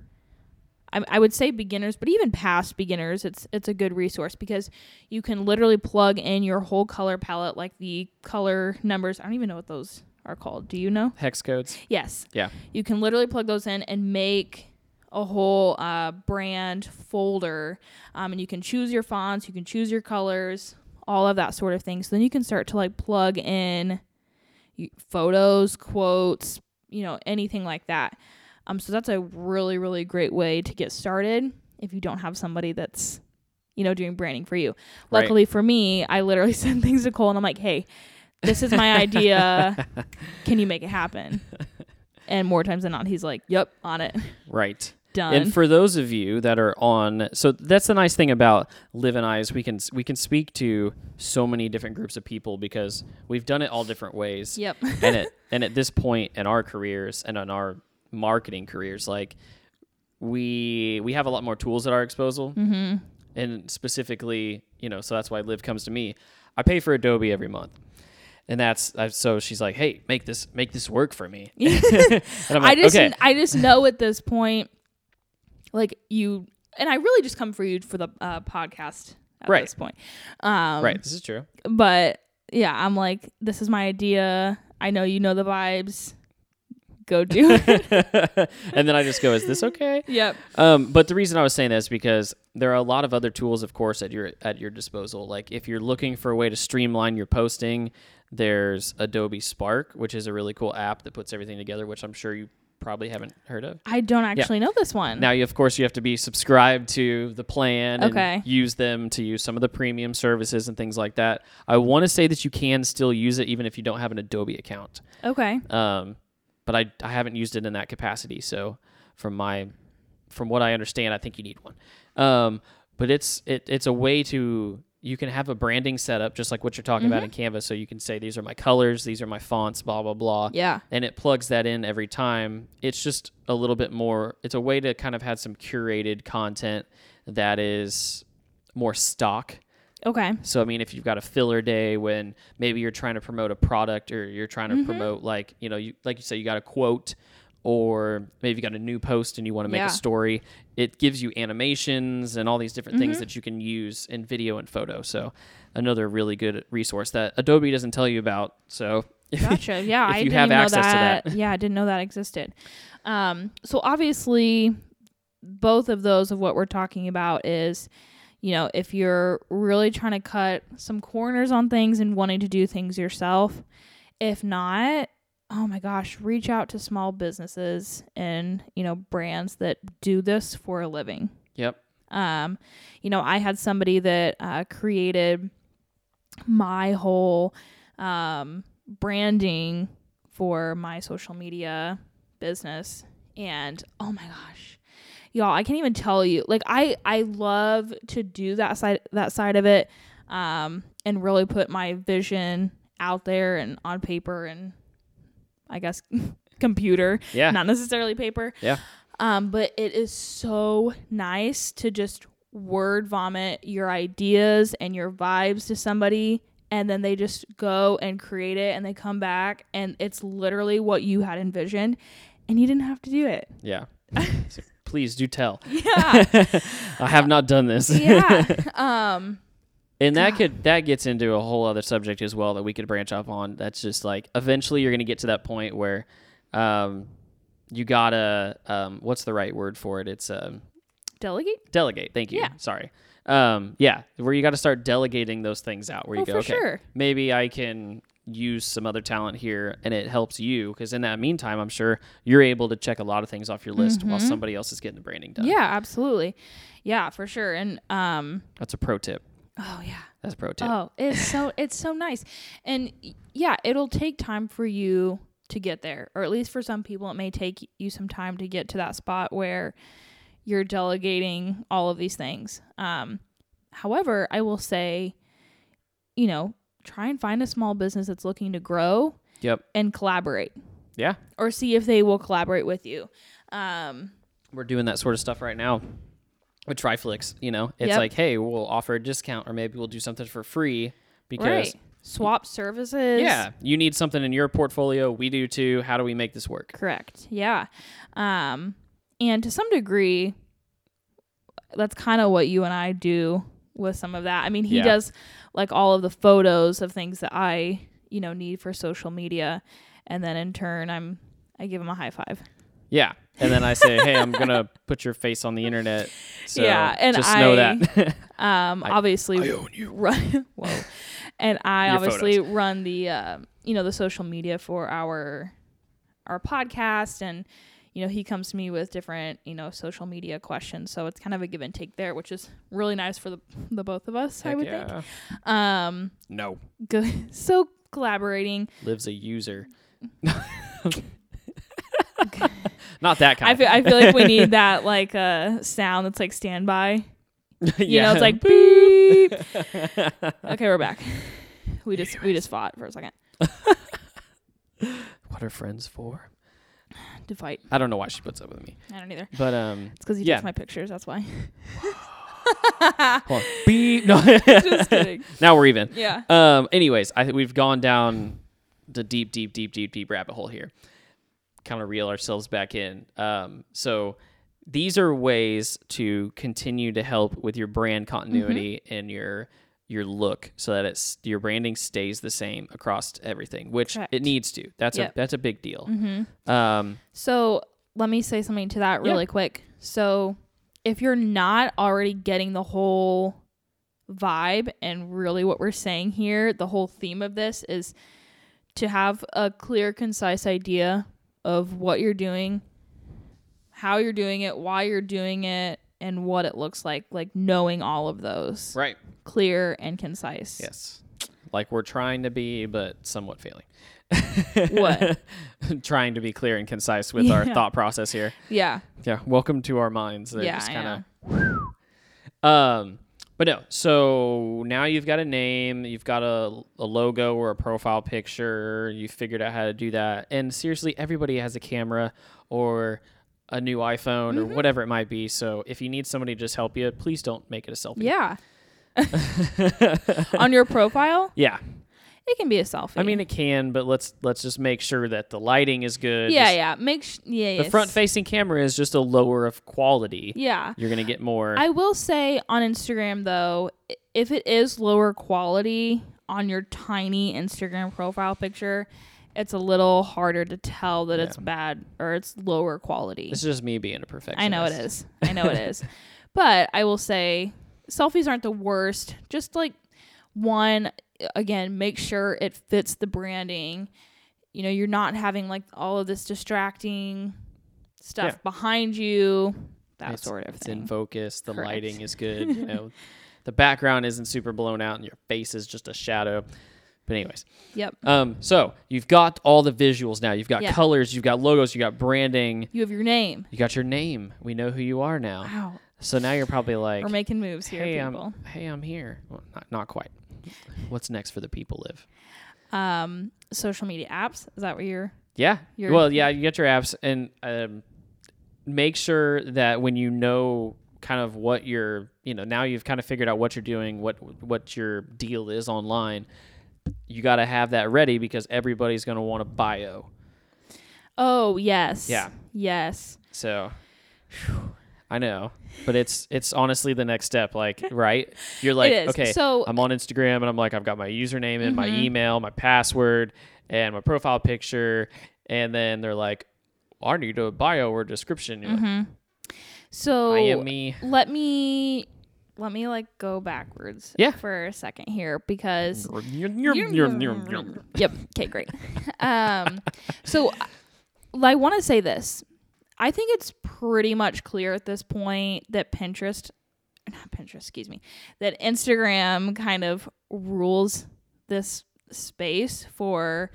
Speaker 1: I, I would say beginners, but even past beginners, it's it's a good resource because you can literally plug in your whole color palette, like the color numbers. I don't even know what those are called. Do you know?
Speaker 2: Hex codes.
Speaker 1: Yes.
Speaker 2: Yeah.
Speaker 1: You can literally plug those in and make a whole uh, brand folder, um, and you can choose your fonts, you can choose your colors, all of that sort of thing. So then you can start to like plug in y- photos, quotes, you know, anything like that. Um, so that's a really, really great way to get started if you don't have somebody that's, you know, doing branding for you.
Speaker 2: Right.
Speaker 1: Luckily for me, I literally send things to Cole and I'm like, hey, this is my idea. Can you make it happen? And more times than not, he's like, yep, on it,
Speaker 2: Right.
Speaker 1: done.
Speaker 2: And for those of you that are on, so that's the nice thing about Live and I is we can we can speak to so many different groups of people because we've done it all different ways.
Speaker 1: yep.
Speaker 2: and at and at this point in our careers and on our marketing careers, like we we have a lot more tools at our disposal, mm-hmm. and specifically, you know, so that's why Live comes to me. I pay for Adobe every month, and that's I, so she's like, "Hey, make this make this work for me." and I'm
Speaker 1: I
Speaker 2: like,
Speaker 1: just
Speaker 2: "Okay,
Speaker 1: I just know at this point, like you and I really just come for you for the uh, podcast at
Speaker 2: Right.
Speaker 1: this point. Um,
Speaker 2: right, this is true."
Speaker 1: But yeah, I'm like, this is my idea. I know you know the vibes. Go do it.
Speaker 2: and then I just go, "Is this okay?"
Speaker 1: yep.
Speaker 2: Um, but the reason I was saying that is because there are a lot of other tools, of course, at your at your disposal. Like if you're looking for a way to streamline your posting, there's Adobe Spark, which is a really cool app that puts everything together, which I'm sure you probably haven't heard of.
Speaker 1: I don't actually know this one.
Speaker 2: Now, you, of course, you have to be subscribed to the plan
Speaker 1: Okay.
Speaker 2: and use them to use some of the premium services and things like that. I want to say that you can still use it even if you don't have an Adobe account
Speaker 1: okay.
Speaker 2: um, but I, I haven't used it in that capacity. So from my from what I understand, I think you need one. Um, but it's it, it's a way to you can have a branding setup just like what you're talking about in Canva. So you can say these are my colors, these are my fonts, blah blah blah,
Speaker 1: Yeah.
Speaker 2: and it plugs that in every time. It's just a little bit more. It's a way to kind of have some curated content that is more stock
Speaker 1: Okay.
Speaker 2: so I mean, if you've got a filler day when maybe you're trying to promote a product or you're trying
Speaker 1: Mm-hmm.
Speaker 2: to promote like you know, you like you say you got a quote or maybe you got a new post and you want to make
Speaker 1: Yeah.
Speaker 2: a story, it gives you animations and all these different
Speaker 1: Mm-hmm.
Speaker 2: things that you can use in video and photo. So another really good resource that Adobe doesn't tell you about. So
Speaker 1: Gotcha. Yeah,
Speaker 2: If
Speaker 1: I
Speaker 2: you
Speaker 1: didn't
Speaker 2: have
Speaker 1: even know
Speaker 2: access to
Speaker 1: that,
Speaker 2: that.
Speaker 1: Yeah, I didn't know that existed. Um, so obviously, both of those of what we're talking about is, you know, if you're really trying to cut some corners on things and wanting to do things yourself. If not, oh my gosh, reach out to small businesses and you know brands that do this for a living.
Speaker 2: yep,
Speaker 1: Um, you know, I had somebody that uh, created my whole um, branding for my social media business, and oh my gosh, y'all, I can't even tell you. Like, I I love to do that side that side of it, um, and really put my vision out there and on paper and I guess computer
Speaker 2: yeah,
Speaker 1: not necessarily paper.
Speaker 2: Yeah.
Speaker 1: Um, but it is so nice to just word vomit your ideas and your vibes to somebody and then they just go and create it and they come back and it's literally what you had envisioned and you didn't have to do it.
Speaker 2: yeah. So please do tell.
Speaker 1: Yeah.
Speaker 2: I have not done this.
Speaker 1: yeah. Um
Speaker 2: And that could that gets into a whole other subject as well that we could branch off on. That's just like eventually you're gonna get to that point where um you gotta um what's the right word for it? It's um
Speaker 1: delegate?
Speaker 2: delegate. Thank you.
Speaker 1: Yeah.
Speaker 2: Sorry. Um yeah, where you gotta start delegating those things out where
Speaker 1: Oh,
Speaker 2: you go,
Speaker 1: for
Speaker 2: okay,
Speaker 1: sure.
Speaker 2: maybe I can use some other talent here and it helps you because in that meantime I'm sure you're able to check a lot of things off your list while somebody else is getting the branding done.
Speaker 1: Mm-hmm. Yeah, absolutely. Yeah, for sure. And um
Speaker 2: That's a pro tip.
Speaker 1: oh yeah.
Speaker 2: That's a pro tip.
Speaker 1: Oh, it's so it's so nice. And y- yeah, it'll take time for you to get there. Or at least for some people it may take you some time to get to that spot where you're delegating all of these things. Um however, I will say you know, try and find a small business that's looking to grow
Speaker 2: Yep.
Speaker 1: and collaborate.
Speaker 2: Yeah.
Speaker 1: or see if they will collaborate with you. Um,
Speaker 2: We're doing that sort of stuff right now with Triflix. You know, it's
Speaker 1: Yep.
Speaker 2: like, hey, we'll offer a discount or maybe we'll do something for free because
Speaker 1: right. Swap services.
Speaker 2: yeah, you need something in your portfolio. We do too. How do we make this work?
Speaker 1: Correct. Yeah. Um, and to some degree, that's kind of what you and I do with some of that. I mean, he
Speaker 2: Yeah.
Speaker 1: does like all of the photos of things that I, you know, need for social media. And then in turn, I'm, I give him a high five.
Speaker 2: Yeah. And then I say, hey, I'm gonna put your face on the internet. So
Speaker 1: Yeah, and
Speaker 2: just know
Speaker 1: I-
Speaker 2: that.
Speaker 1: Um, obviously, Run, whoa, and I
Speaker 2: Your
Speaker 1: obviously run the, uh, you know, the social media for our, our podcast, and you know, he comes to me with different, you know, social media questions. So it's kind of a give and take there, which is really nice for the the both of us. I
Speaker 2: Heck
Speaker 1: would
Speaker 2: yeah.
Speaker 1: think. Um,
Speaker 2: No.
Speaker 1: good. So collaborating.
Speaker 2: Lives a user. Not that kind
Speaker 1: I feel. I feel like we need that like uh, sound that's like standby.
Speaker 2: you
Speaker 1: You know, it's like beep. okay, we're back. We just we just fought for a second
Speaker 2: what are friends for?
Speaker 1: to fight.
Speaker 2: I don't know why she puts up with me.
Speaker 1: I don't either.
Speaker 2: But um
Speaker 1: It's because he
Speaker 2: Yeah.
Speaker 1: takes my pictures. That's why.
Speaker 2: hold on. beep no
Speaker 1: Just kidding.
Speaker 2: now we're even.
Speaker 1: Yeah.
Speaker 2: Um anyways, I think we've gone down the deep, deep, deep, deep, deep rabbit hole here. Kind of reel ourselves back in. Um so these are ways to continue to help with your brand continuity
Speaker 1: Mm-hmm.
Speaker 2: and your your look so that it's your branding stays the same across everything, which
Speaker 1: Correct.
Speaker 2: it needs to. That's
Speaker 1: Yep.
Speaker 2: a that's a big deal. Um
Speaker 1: Mm-hmm. So let me say something to that
Speaker 2: Yeah.
Speaker 1: really quick. So if you're not already getting the whole vibe and really what we're saying here, the whole theme of this is to have a clear, concise idea of what you're doing, how you're doing it, why you're doing it, and what it looks like. Like knowing all of those,
Speaker 2: right.
Speaker 1: clear and concise.
Speaker 2: Yes. Like we're trying to be, but somewhat failing.
Speaker 1: What?
Speaker 2: trying to be clear and concise with our
Speaker 1: Yeah.
Speaker 2: thought process here.
Speaker 1: Yeah.
Speaker 2: Yeah. Welcome to our minds. They're
Speaker 1: Yeah,
Speaker 2: just
Speaker 1: I
Speaker 2: kind of. Um, but no. So now you've got a name, you've got a, a logo or a profile picture. You figured out how to do that. And seriously, everybody has a camera or a new iPhone
Speaker 1: Mm-hmm.
Speaker 2: or whatever it might be. So if you need somebody to just help you, please don't make it a selfie.
Speaker 1: Yeah. On your profile,
Speaker 2: Yeah.
Speaker 1: it can be a selfie.
Speaker 2: I mean, it can, but let's let's just make sure that the lighting is good.
Speaker 1: yeah,
Speaker 2: Just-
Speaker 1: yeah. Make sh- yeah,
Speaker 2: The
Speaker 1: yes.
Speaker 2: front-facing camera is just a lower of quality.
Speaker 1: Yeah,
Speaker 2: You're gonna get more.
Speaker 1: I will say on Instagram though, i- if it is lower quality on your tiny Instagram profile picture, it's a little harder to tell that it's bad or it's lower quality.
Speaker 2: this is just me being a perfectionist.
Speaker 1: I know it is. I know it is. But I will say selfies aren't the worst. Just like one again, make sure it fits the branding. You know, you're not having like all of this distracting stuff
Speaker 2: Yeah.
Speaker 1: behind you. That
Speaker 2: It's-
Speaker 1: sort of
Speaker 2: It's
Speaker 1: thing.
Speaker 2: in focus. The
Speaker 1: Correct.
Speaker 2: lighting is good. You know, the background isn't super blown out, and your face is just a shadow. But anyways,
Speaker 1: yep.
Speaker 2: um, so you've got all the visuals now. You've got
Speaker 1: Yeah.
Speaker 2: colors. You've got logos. You got branding.
Speaker 1: You have your name.
Speaker 2: You got your name. We know who you are now.
Speaker 1: Wow.
Speaker 2: So now you're probably like,
Speaker 1: We're making moves here,
Speaker 2: hey, um,
Speaker 1: people.
Speaker 2: I'm, hey, I'm here. Well, not, not quite. What's next for the people live?
Speaker 1: Um, social media apps. Is that what you're
Speaker 2: Yeah.
Speaker 1: Your-
Speaker 2: well, yeah, you get your apps and um, make sure that when you know kind of what your, you know, now you've kind of figured out what you're doing, what what your deal is online, you got to have that ready because everybody's going to want a bio.
Speaker 1: Oh yes.
Speaker 2: Yeah.
Speaker 1: Yes.
Speaker 2: So I know, but it's it's honestly the next step like, right? You're like,
Speaker 1: is.
Speaker 2: okay,
Speaker 1: So- Mm-hmm.
Speaker 2: I'm on Instagram and I'm like I've got my username and my email, my password and my profile picture and then they're like, "I need a bio or description." You're
Speaker 1: Mm-hmm.
Speaker 2: like,
Speaker 1: So
Speaker 2: I am me.
Speaker 1: let me let me like go backwards
Speaker 2: Yeah.
Speaker 1: for a second here because
Speaker 2: Yep.
Speaker 1: yep okay great um so i want to say this i think it's pretty much clear at this point that pinterest not pinterest excuse me that instagram kind of rules this space for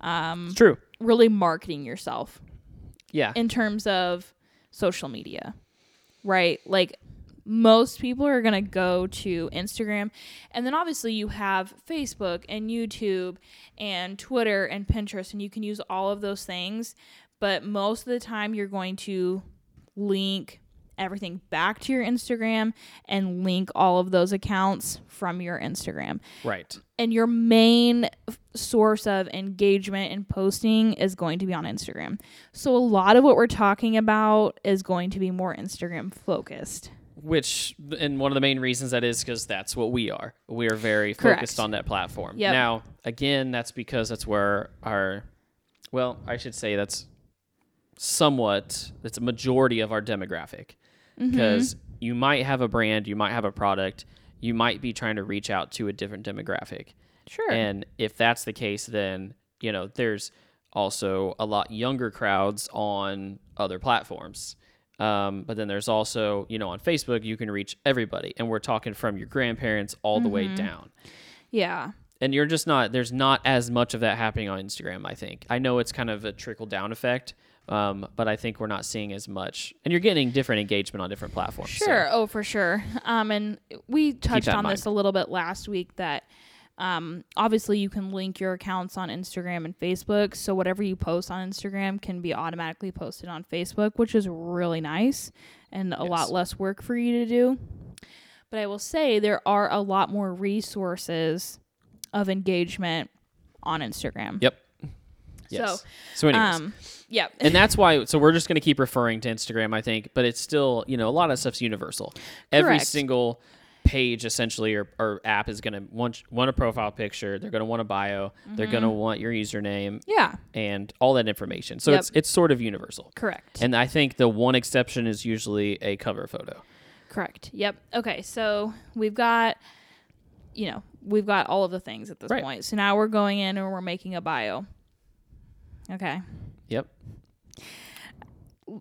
Speaker 1: um
Speaker 2: It's true.
Speaker 1: really marketing yourself
Speaker 2: Yeah.
Speaker 1: in terms of social media, right? Like most people are going to go to Instagram. And then obviously you have Facebook and YouTube and Twitter and Pinterest, and you can use all of those things. But most of the time, you're going to link everything back to your Instagram and link all of those accounts from your Instagram.
Speaker 2: Right.
Speaker 1: And your main f- source of engagement and posting is going to be on Instagram. So a lot of what we're talking about is going to be more Instagram focused.
Speaker 2: Which and one of the main reasons that is because that's what we are. We are very
Speaker 1: Correct.
Speaker 2: focused on that platform.
Speaker 1: Yep.
Speaker 2: Now, again, that's because that's where our well, I should say that's somewhat that's a majority of our demographic.
Speaker 1: Mm-hmm.
Speaker 2: Because you might have a brand, you might have a product, you might be trying to reach out to a different demographic.
Speaker 1: Sure.
Speaker 2: And if that's the case, then you know there's also a lot younger crowds on other platforms. Um, but then there's also you know on Facebook you can reach everybody, and we're talking from your grandparents all the
Speaker 1: Mm-hmm.
Speaker 2: way down.
Speaker 1: yeah.
Speaker 2: And you're just not there's not as much of that happening on Instagram. I think I know it's kind of a trickle down effect. Um, but I think we're not seeing as much, and you're getting different engagement on different platforms. so-
Speaker 1: Sure. Oh, for sure. Um, and we touched
Speaker 2: that in
Speaker 1: on this a little bit last week that um, obviously you can link your accounts on Instagram and Facebook. So whatever you post on Instagram can be automatically posted on Facebook, which is really nice and a lot
Speaker 2: Yes.
Speaker 1: less work for you to do. But I will say there are a lot more resources of engagement on Instagram.
Speaker 2: Yep. Yes.
Speaker 1: So,
Speaker 2: So, anyways,
Speaker 1: Um, yeah.
Speaker 2: and that's why so we're just going to keep referring to instagram i think but it's still you know a lot of stuff's universal every
Speaker 1: Correct.
Speaker 2: single page essentially or, or app is going to want want a profile picture they're going to want a bio they're going to
Speaker 1: Mm-hmm.
Speaker 2: want your username
Speaker 1: yeah.
Speaker 2: and all that information so
Speaker 1: Yep.
Speaker 2: it's it's sort of universal
Speaker 1: Correct.
Speaker 2: and i think the one exception is usually a cover photo
Speaker 1: Correct. Yep. Okay. So we've got, you know, we've got all of the things at this
Speaker 2: Right.
Speaker 1: point. So now we're going in and we're making a bio. Okay.
Speaker 2: yep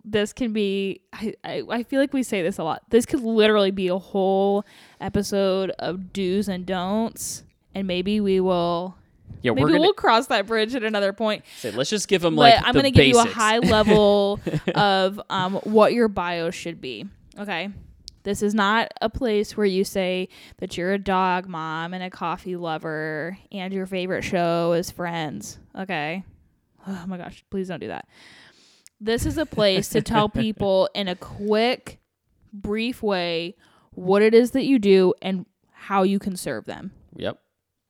Speaker 1: This can be, I, I, I feel like we say this a lot. This could literally be a whole episode of do's and don'ts. And maybe we will,
Speaker 2: yeah
Speaker 1: maybe
Speaker 2: we're going to
Speaker 1: we'll cross that bridge at another point.
Speaker 2: say let's just give them
Speaker 1: But
Speaker 2: like
Speaker 1: I'm
Speaker 2: the
Speaker 1: going to give you a
Speaker 2: basics.
Speaker 1: high level of um, what your bio should be. Okay. This is not a place where you say that you're a dog mom and a coffee lover and your favorite show is Friends. Okay. Oh my gosh. Please don't do that. This is a place to tell people in a quick, brief way what it is that you do and how you can serve them.
Speaker 2: yep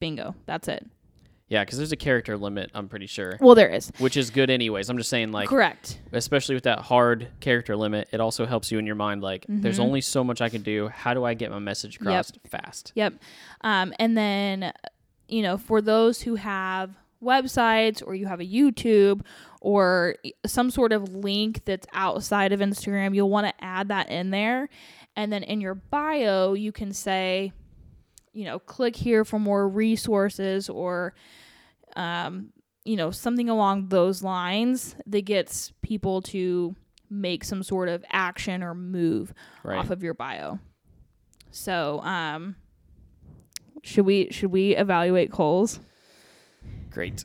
Speaker 1: Bingo. That's it.
Speaker 2: yeah because there's a character limit i'm pretty sure
Speaker 1: Well, there is.
Speaker 2: which is good anyways i'm just saying like
Speaker 1: Correct.
Speaker 2: especially with that hard character limit, it also helps you in your mind like there's
Speaker 1: Mm-hmm.
Speaker 2: only so much I can do. How do I get my message across fast?
Speaker 1: Yep. Um, and then, you know, for those who have websites or you have a YouTube or e, some sort of link that's outside of Instagram, you'll want to add that in there. And then in your bio, you can say, you know, click here for more resources or, um, you know, something along those lines that gets people to make some sort of action or move
Speaker 2: Right.
Speaker 1: off of your bio. So, um, should we should we evaluate Cole's?
Speaker 2: Great.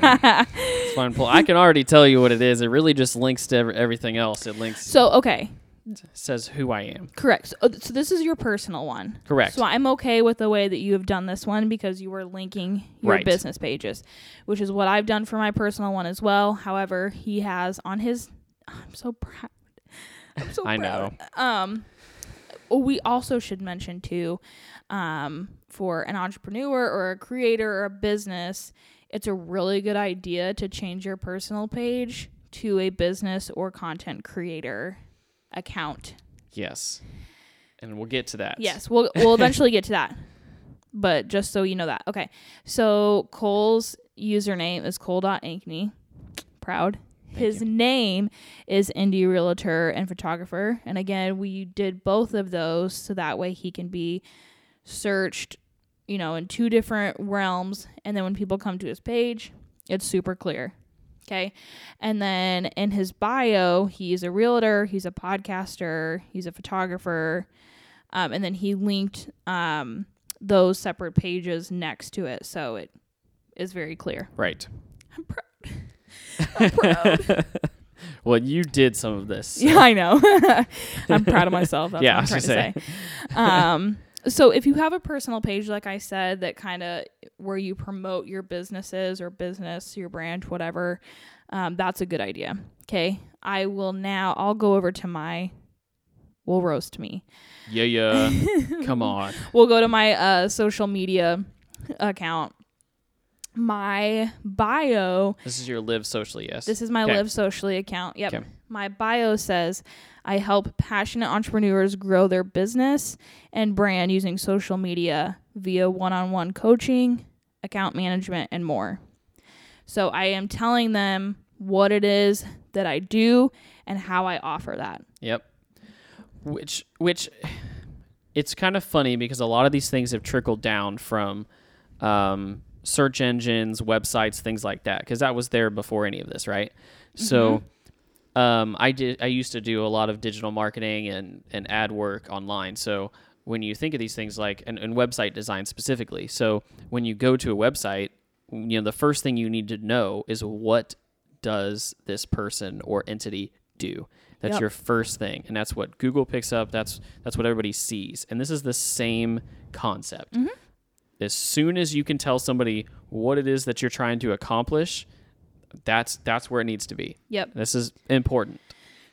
Speaker 2: it's fine. Paul. I can already tell you what it is. It really just links to ev- everything else. It links
Speaker 1: So, okay,
Speaker 2: says who I am.
Speaker 1: correct. So, uh, so this is your personal one.
Speaker 2: Correct.
Speaker 1: So I'm okay with the way that you have done this one because you were linking your
Speaker 2: Right.
Speaker 1: business pages, which is what I've done for my personal one as well. However, he has on his. I'm so proud. I'm so
Speaker 2: I
Speaker 1: proud.
Speaker 2: know.
Speaker 1: Um, we also should mention too, um, for an entrepreneur or a creator or a business, it's a really good idea to change your personal page to a business or content creator account.
Speaker 2: Yes. And we'll get to that.
Speaker 1: Yes, we'll we'll eventually get to that. But just so you know that. Okay. So Cole's username is cole.ankney. Proud. His name is indie realtor and photographer. And again, we did both of those so that way he can be searched, you know, in two different realms. And then when people come to his page, it's super clear. Okay. And then in his bio, he's a realtor, he's a podcaster, he's a photographer, um, and then he linked um, those separate pages next to it, so it is very clear.
Speaker 2: Right.
Speaker 1: I'm proud. I'm proud.
Speaker 2: Well, you did some of this.
Speaker 1: Yeah, I know. I'm proud of myself. That's
Speaker 2: Yeah,
Speaker 1: what
Speaker 2: I
Speaker 1: I'm
Speaker 2: was
Speaker 1: trying to say. um, so if you have a personal page, like I said, that kind of where you promote your businesses or business, your brand, whatever, um, that's a good idea. Okay. I will now. I'll go over to my. Will roast me.
Speaker 2: Yeah, yeah. Come on.
Speaker 1: We'll go to my uh, social media account. My bio
Speaker 2: This is your live socially, yes.
Speaker 1: This is my
Speaker 2: Okay.
Speaker 1: Live Socially account. Yep.
Speaker 2: Okay.
Speaker 1: My bio says I help passionate entrepreneurs grow their business and brand using social media via one on one coaching, account management, and more. So I am telling them what it is that I do and how I offer that.
Speaker 2: Yep. Which which it's kind of funny because a lot of these things have trickled down from um, search engines, websites, things like that. Because that was there before any of this, right? So um, I did. I used to do a lot of digital marketing and and ad work online. So when you think of these things like and, and website design specifically, so when you go to a website, you know the first thing you need to know is what does this person or entity do. That's
Speaker 1: Yep.
Speaker 2: your first thing, and that's what Google picks up. That's that's what everybody sees, and this is the same concept as soon as you can tell somebody what it is that you're trying to accomplish that's that's where it needs to be
Speaker 1: Yep.
Speaker 2: this is important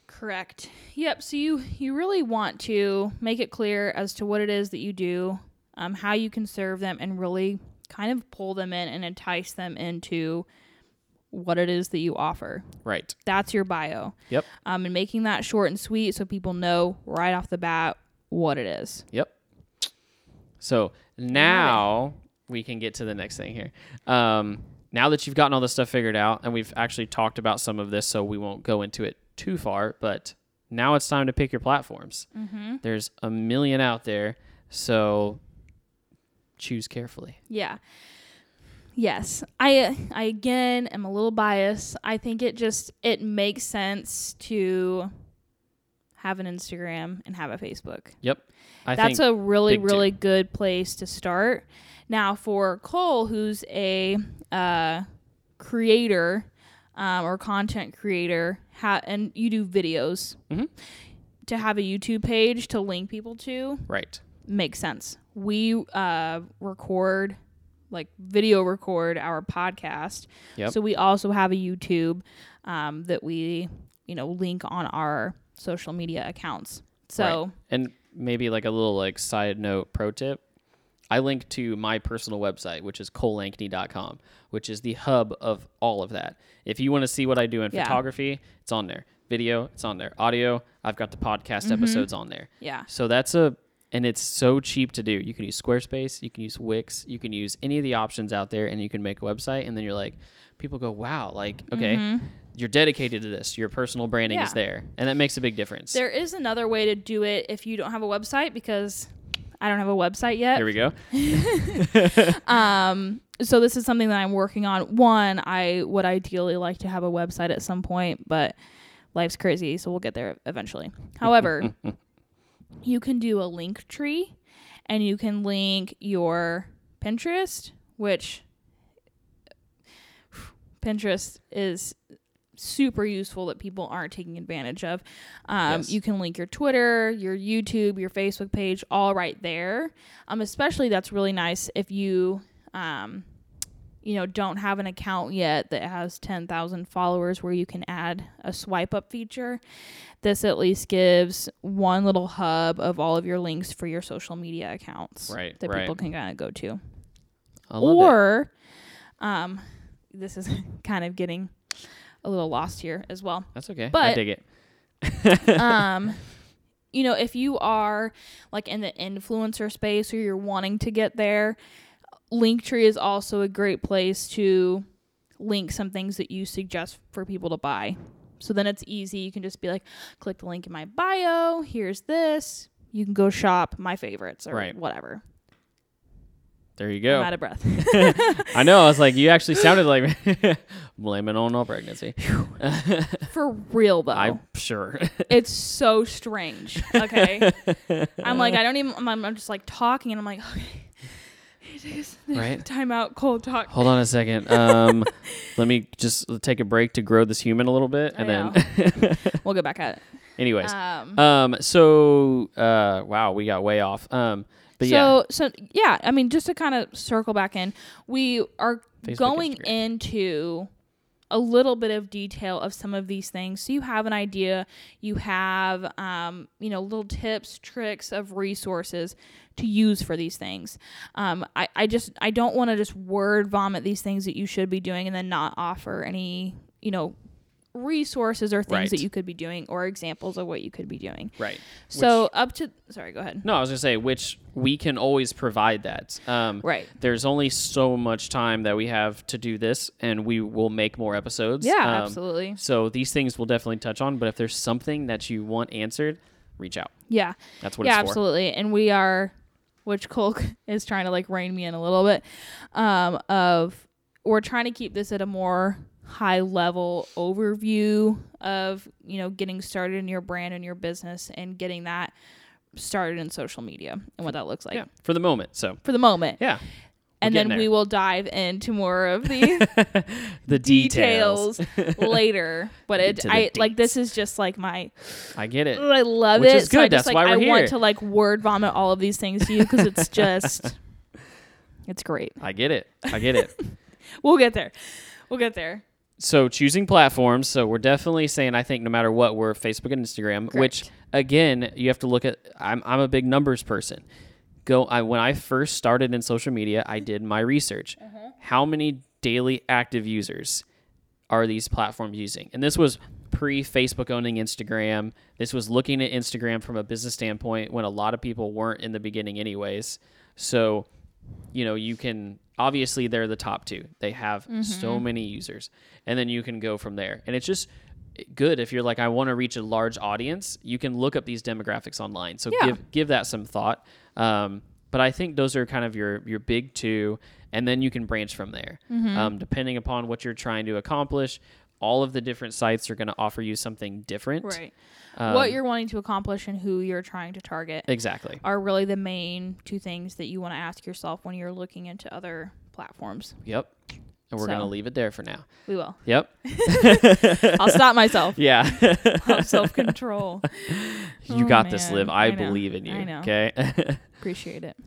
Speaker 1: Correct. Yep. So you you really want to make it clear as to what it is that you do, um, how you can serve them, and really kind of pull them in and entice them into what it is that you offer.
Speaker 2: right
Speaker 1: That's your bio.
Speaker 2: yep
Speaker 1: Um, and making that short and sweet so people know right off the bat what it is.
Speaker 2: yep so now we can get to the next thing here um, now that you've gotten all this stuff figured out and we've actually talked about some of this so we won't go into it too far but now it's time to pick your platforms
Speaker 1: Mm-hmm.
Speaker 2: there's a million out there so choose carefully
Speaker 1: Yeah. Yes. I I again am a little biased. I think it just it makes sense to have an Instagram and have a Facebook.
Speaker 2: yep i
Speaker 1: That's
Speaker 2: think
Speaker 1: a really
Speaker 2: big two.
Speaker 1: really good place to start. Now for Cole who's a uh, creator um, or content creator ha- and you do videos.
Speaker 2: Mhm.
Speaker 1: To have a YouTube page to link people to,
Speaker 2: right
Speaker 1: makes sense. We uh, record, like video record our podcast.
Speaker 2: Yep.
Speaker 1: So we also have a YouTube um, that we, you know, link on our social media accounts. So
Speaker 2: And maybe like a little like side note pro tip. I link to my personal website, which is coleankney.com, which is the hub of all of that. If you want to see what I do in
Speaker 1: Yeah.
Speaker 2: photography, it's on there. Video, it's on there. Audio, I've got the podcast
Speaker 1: Mm-hmm.
Speaker 2: episodes on there.
Speaker 1: yeah,
Speaker 2: So that's a and it's so cheap to do. You can use Squarespace, you can use Wix, you can use any of the options out there and you can make a website and then you're like people go, "Wow, like okay, you're dedicated to this. Your personal branding is
Speaker 1: Mm-hmm. Yeah.
Speaker 2: there." And that makes a big difference.
Speaker 1: there is another way to do it if you don't have a website because I don't have a website yet.
Speaker 2: there we go.
Speaker 1: um so this is something that i'm working on one i would ideally like to have a website at some point but life's crazy so we'll get there eventually however you can do a link tree and you can link your pinterest which pinterest is super useful that people aren't taking advantage of um,
Speaker 2: Yes.
Speaker 1: you can link your twitter your youtube your facebook page all right there um, especially that's really nice if you um, you know don't have an account yet that has 10,000 followers where you can add a swipe up feature this at least gives one little hub of all of your links for your social media accounts
Speaker 2: Right,
Speaker 1: that
Speaker 2: right.
Speaker 1: people can kind of go to
Speaker 2: I love it.
Speaker 1: or um, this is kind of getting a little lost here as well
Speaker 2: That's okay. I
Speaker 1: But-
Speaker 2: dig it.
Speaker 1: um you know if you are like in the influencer space or you're wanting to get there linktree is also a great place to link some things that you suggest for people to buy so then it's easy you can just be like click the link in my bio here's this you can go shop my favorites or
Speaker 2: Right.
Speaker 1: whatever
Speaker 2: There you
Speaker 1: i'm
Speaker 2: go.
Speaker 1: out of breath
Speaker 2: I know. I was like, you actually sounded like blame it on all pregnancy.
Speaker 1: for real though
Speaker 2: I'm sure.
Speaker 1: it's so strange okay i'm like i don't even I'm, I'm just like talking and i'm like okay
Speaker 2: Right?
Speaker 1: Time out, cold talk.
Speaker 2: Hold on a second. Um, let me just take a break to grow this human a little bit, and
Speaker 1: I
Speaker 2: then,
Speaker 1: We'll get back at it.
Speaker 2: anyways,
Speaker 1: Um,
Speaker 2: um, so uh, wow, we got way off. Um, but yeah,
Speaker 1: so so yeah, I mean, just to kind of circle back in, we are
Speaker 2: Facebook,
Speaker 1: going
Speaker 2: Instagram.
Speaker 1: into a little bit of detail of some of these things, so you have an idea. You have um, you know little tips, tricks of resources to use for these things. Um, I I just I don't want to just word vomit these things that you should be doing and then not offer any you know resources or things
Speaker 2: Right.
Speaker 1: that you could be doing or examples of what you could be doing.
Speaker 2: right.
Speaker 1: So up to sorry, go ahead.
Speaker 2: No, I was gonna say which we can always provide that. Um,
Speaker 1: Right.
Speaker 2: There's only so much time that we have to do this, and we will make more episodes.
Speaker 1: Yeah,
Speaker 2: Um,
Speaker 1: absolutely.
Speaker 2: So these things we'll definitely touch on, but if there's something that you want answered, reach out.
Speaker 1: Yeah.
Speaker 2: That's what
Speaker 1: yeah,
Speaker 2: it's
Speaker 1: absolutely. And we are, which Cole is trying to like rein me in a little bit, um, of we're trying to keep this at a more high level overview of, you know, getting started in your brand and your business and getting that started in social media and what that looks like
Speaker 2: for. Yeah, for the moment. So
Speaker 1: for the moment.
Speaker 2: yeah,
Speaker 1: and then
Speaker 2: getting
Speaker 1: we
Speaker 2: there.
Speaker 1: will dive into more of the
Speaker 2: the details.
Speaker 1: details later. But
Speaker 2: Get
Speaker 1: it
Speaker 2: to the
Speaker 1: I like this is just like my
Speaker 2: I get it.
Speaker 1: Ooh, I love
Speaker 2: Which
Speaker 1: it.
Speaker 2: is
Speaker 1: So I
Speaker 2: good.
Speaker 1: just like
Speaker 2: That's why we're
Speaker 1: I
Speaker 2: here.
Speaker 1: want to like word vomit all of these things to you because it's just it's great.
Speaker 2: I get it. I get it.
Speaker 1: We'll get there. We'll get there.
Speaker 2: so choosing platforms. So we're definitely saying I think no matter what we're Facebook and Instagram. Which
Speaker 1: Correct.
Speaker 2: again, you have to look at. I'm I'm a big numbers person. Go. I when I first started in social media, I did my research. How many daily active users are these platforms using? And this was pre Facebook owning Instagram. This was looking at Instagram from a business standpoint when a lot of people weren't in the beginning, anyways. So you know, you can obviously they're the top two. They have so many users, and then you can go from there. And it's just good if you're like, I want to reach a large audience. You can look up these demographics online. So
Speaker 1: Yeah.
Speaker 2: give give that some thought. Um, but I think those are kind of your your big two, and then you can branch from there,
Speaker 1: Mm-hmm.
Speaker 2: um, depending upon what you're trying to accomplish. All of the different sites are going to offer you something different.
Speaker 1: Right.
Speaker 2: Um,
Speaker 1: what you're wanting to accomplish and who you're trying to target
Speaker 2: exactly.
Speaker 1: are really the main two things that you want to ask yourself when you're looking into other platforms.
Speaker 2: Yep. And we're going to
Speaker 1: So-
Speaker 2: leave it there for now.
Speaker 1: We will.
Speaker 2: Yep.
Speaker 1: I'll stop myself.
Speaker 2: Yeah.
Speaker 1: I'll have self control.
Speaker 2: You
Speaker 1: Oh,
Speaker 2: got this,
Speaker 1: man.
Speaker 2: Liv. I,
Speaker 1: I know.
Speaker 2: believe in you.
Speaker 1: I know.
Speaker 2: Okay.
Speaker 1: Appreciate it.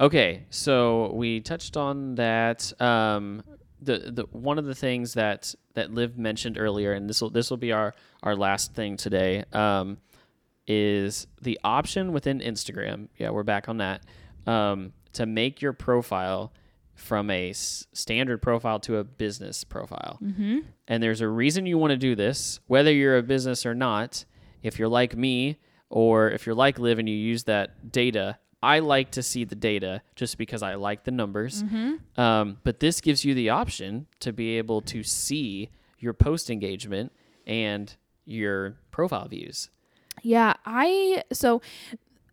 Speaker 2: okay. So we touched on that. Um, the the one of the things that that Liv mentioned earlier, and this will this will be our our last thing today. Um, is the option within Instagram? Yeah, we're back on that. Um, to make your profile from a s- standard profile to a business profile.
Speaker 1: Mm-hmm.
Speaker 2: And there's a reason you want to do this, whether you're a business or not. If you're like me, or if you're like Liv and you use that data, I like to see the data just because I like the numbers.
Speaker 1: Mm-hmm.
Speaker 2: Um, but this gives you the option to be able to see your post engagement and your profile views.
Speaker 1: Yeah, I so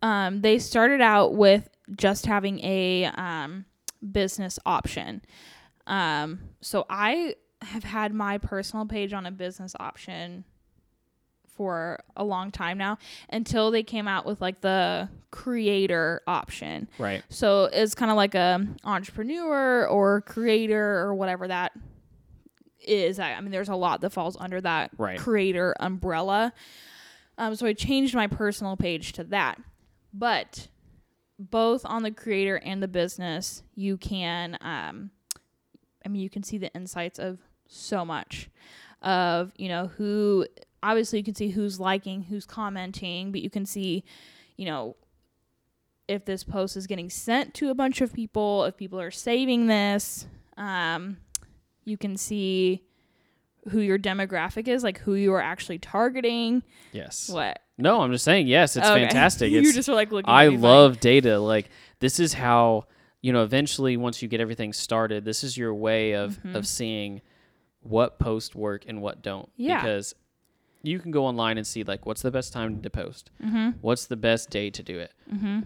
Speaker 1: um they started out with just having a um business option. Um so I have had my personal page on a business option for a long time now until they came out with like the creator option.
Speaker 2: Right.
Speaker 1: So it's kind of like a entrepreneur or creator or whatever that is. I, I mean, there's a lot that falls under that
Speaker 2: Right.
Speaker 1: creator umbrella. Um, so I changed my personal page to that, but both on the creator and the business, you can. Um, I mean, you can see the insights of so much of you know who. Obviously, you can see who's liking, who's commenting, but you can see, you know, if this post is getting sent to a bunch of people, if people are saving this, um, you can see who your demographic is, like who you are actually targeting.
Speaker 2: Yes.
Speaker 1: What?
Speaker 2: No, I'm just saying, yes, it's
Speaker 1: Okay.
Speaker 2: fantastic.
Speaker 1: you
Speaker 2: It's,
Speaker 1: just were like looking.
Speaker 2: I
Speaker 1: at me funny.
Speaker 2: love data. Like this is how you know. Eventually, once you get everything started, this is your way of
Speaker 1: Mm-hmm.
Speaker 2: of seeing what posts work and what don't.
Speaker 1: Yeah.
Speaker 2: Because you can go online and see like what's the best time to post,
Speaker 1: Mm-hmm.
Speaker 2: what's the best day to do it,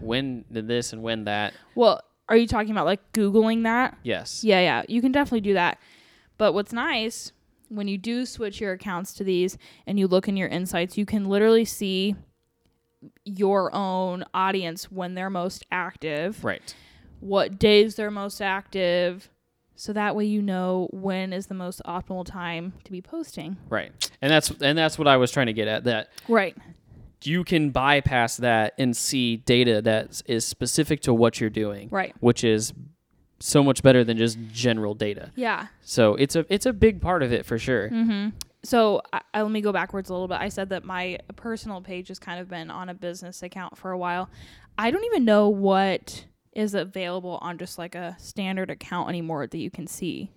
Speaker 2: when did this and when that.
Speaker 1: Well, are you talking about like googling that?
Speaker 2: Yes.
Speaker 1: Yeah, yeah. You can definitely do that. But what's nice when you do switch your accounts to these and you look in your insights, you can literally see your own audience when they're most active.
Speaker 2: Right.
Speaker 1: what days they're most active. So that way you know when is the most optimal time to be posting.
Speaker 2: Right. And that's and that's what I was trying to get at that
Speaker 1: Right.
Speaker 2: you can bypass that and see data that is specific to what you're doing.
Speaker 1: Right.
Speaker 2: Which is so much better than just general data.
Speaker 1: Yeah.
Speaker 2: So it's a it's a big part of it for sure.
Speaker 1: Mm. So I, I, let me go backwards a little bit. I said that my personal page has kind of been on a business account for a while. I don't even know what is available on just like a standard account anymore that you can see.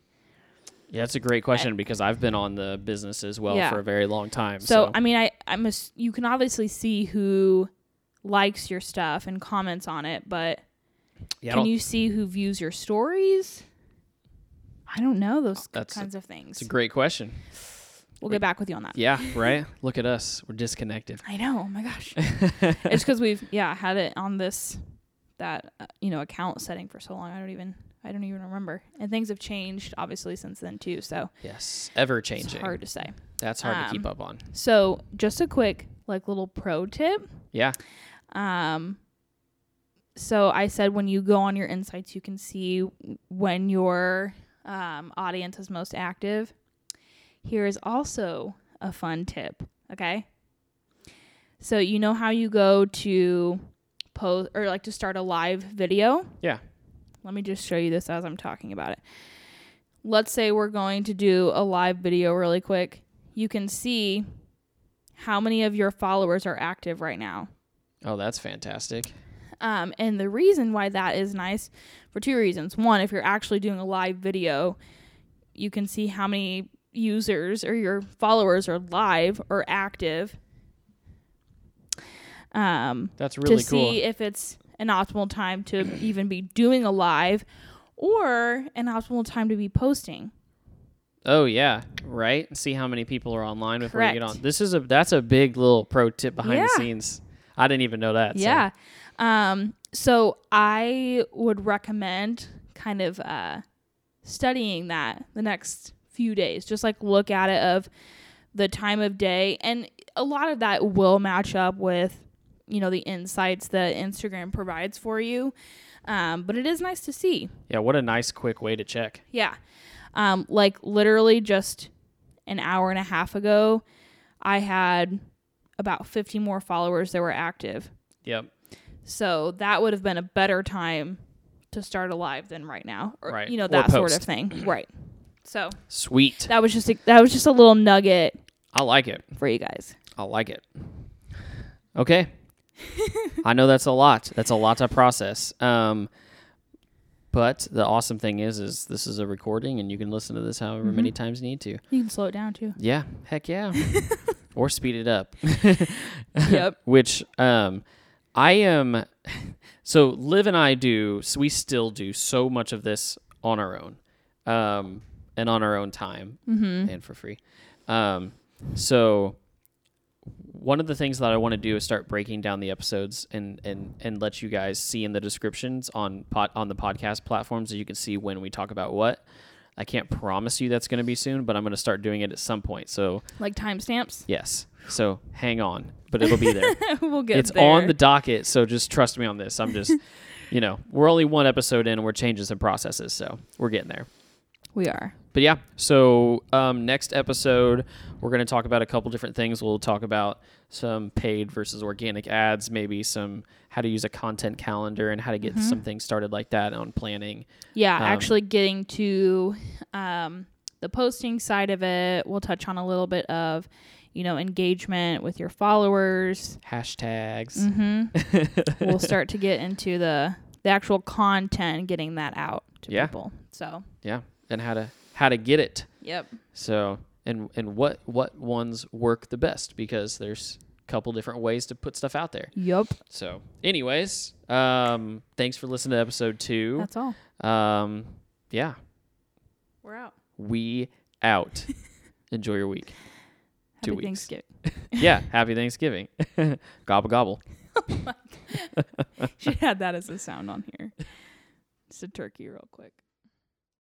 Speaker 2: Yeah, that's a great question because I've been on the business as well
Speaker 1: Yeah.
Speaker 2: for a very long time.
Speaker 1: So,
Speaker 2: So,
Speaker 1: I mean, I I'm ass- you can obviously see who likes your stuff and comments on it, but
Speaker 2: yeah, I
Speaker 1: can
Speaker 2: don't-
Speaker 1: you see who views your stories? I don't know those
Speaker 2: That's a-
Speaker 1: kinds of
Speaker 2: it's
Speaker 1: things.
Speaker 2: a great question.
Speaker 1: we'll get back with you on that.
Speaker 2: Yeah, right? Look at us. We're disconnected.
Speaker 1: I know. Oh my gosh. it's because we've yeah had it on this that uh, you know account setting for so long. I don't even I don't even remember. And things have changed obviously since then too. So
Speaker 2: Yes, ever
Speaker 1: it's
Speaker 2: changing.
Speaker 1: hard to say.
Speaker 2: That's hard to keep
Speaker 1: Um,
Speaker 2: up on.
Speaker 1: So just a quick like little pro tip.
Speaker 2: Yeah.
Speaker 1: Um, so I said when you go on your insights, you can see when your um, audience is most active. Here is also a fun tip. Okay. So you know how you go to post or like to start a live video?
Speaker 2: Yeah.
Speaker 1: Let me just show you this as I'm talking about it. Let's say we're going to do a live video really quick. You can see how many of your followers are active right now.
Speaker 2: Oh, that's fantastic.
Speaker 1: Um, and the reason why that is nice for two reasons. One, if you're actually doing a live video, you can see how many users or your followers are live or active. Um,
Speaker 2: That's really
Speaker 1: to
Speaker 2: cool.
Speaker 1: see if it's an optimal time to even be doing a live or an optimal time to be posting.
Speaker 2: Oh yeah, right. See how many people are online before you get
Speaker 1: Correct.
Speaker 2: on. This is a that's a big little pro tip behind the
Speaker 1: Yeah.
Speaker 2: scenes. I didn't even know that. so-
Speaker 1: Yeah. Um, so I would recommend kind of uh, studying that the next few days. Just like look at it of the time of day. And a lot of that will match up with, you know, the insights that Instagram provides for you. Um, but it is nice to see.
Speaker 2: yeah. What a nice quick way to check.
Speaker 1: Yeah. Um, like literally just an hour and a half ago, I had about 50 more followers that were active.
Speaker 2: Yep.
Speaker 1: So that would have been a better time to start a live than right now, or
Speaker 2: Right.
Speaker 1: you know
Speaker 2: Or
Speaker 1: that sort of
Speaker 2: post.
Speaker 1: thing, right? So
Speaker 2: Sweet.
Speaker 1: that was just a, that was just a little nugget
Speaker 2: I like it.
Speaker 1: for you guys.
Speaker 2: I like it. Okay. I know that's a lot. That's a lot to process. Um, but the awesome thing is, is this is a recording, and you can listen to this however many times you need to.
Speaker 1: You can slow it down too.
Speaker 2: Yeah. Heck yeah. or speed it up.
Speaker 1: yep.
Speaker 2: which um I am so Liv and I do so we still do so much of this on our own um and on our own time and for free um so one of the things that I want to do is start breaking down the episodes and and and let you guys see in the descriptions on pot on the podcast platforms so you can see when we talk about what I can't promise you that's going to be soon but I'm going to start doing it at some point so
Speaker 1: Like timestamps,
Speaker 2: yes so hang on but it'll be there
Speaker 1: we'll get
Speaker 2: it's
Speaker 1: there.
Speaker 2: on the docket, so just trust me on this. I'm just, you know, we're only one episode in, and we're changing some processes, so we're getting there.
Speaker 1: we are.
Speaker 2: But yeah, so um, next episode, we're going to talk about a couple different things. We'll talk about some paid versus organic ads, maybe some how to use a content calendar and how to get
Speaker 1: Mm-hmm.
Speaker 2: some things started like that on planning.
Speaker 1: Yeah,
Speaker 2: Um,
Speaker 1: actually getting to um, the posting side of it. We'll touch on a little bit of you know engagement with your followers.
Speaker 2: Hashtags.
Speaker 1: Mm-hmm. we'll start to get into the the actual content, and getting that out to
Speaker 2: Yeah.
Speaker 1: people. So,
Speaker 2: Yeah. And how to how to get it.
Speaker 1: yep,
Speaker 2: So and and what what ones work the best because there's a couple different ways to put stuff out there.
Speaker 1: yep,
Speaker 2: So, anyways, um, thanks for listening to episode two.
Speaker 1: that's all.
Speaker 2: Um, yeah,
Speaker 1: We're out.
Speaker 2: we out. Enjoy your week.
Speaker 1: Happy
Speaker 2: Two weeks.
Speaker 1: Thanksgiving.
Speaker 2: Yeah, happy Thanksgiving. gobble gobble.
Speaker 1: She had that as a sound on here. It's a turkey, real quick.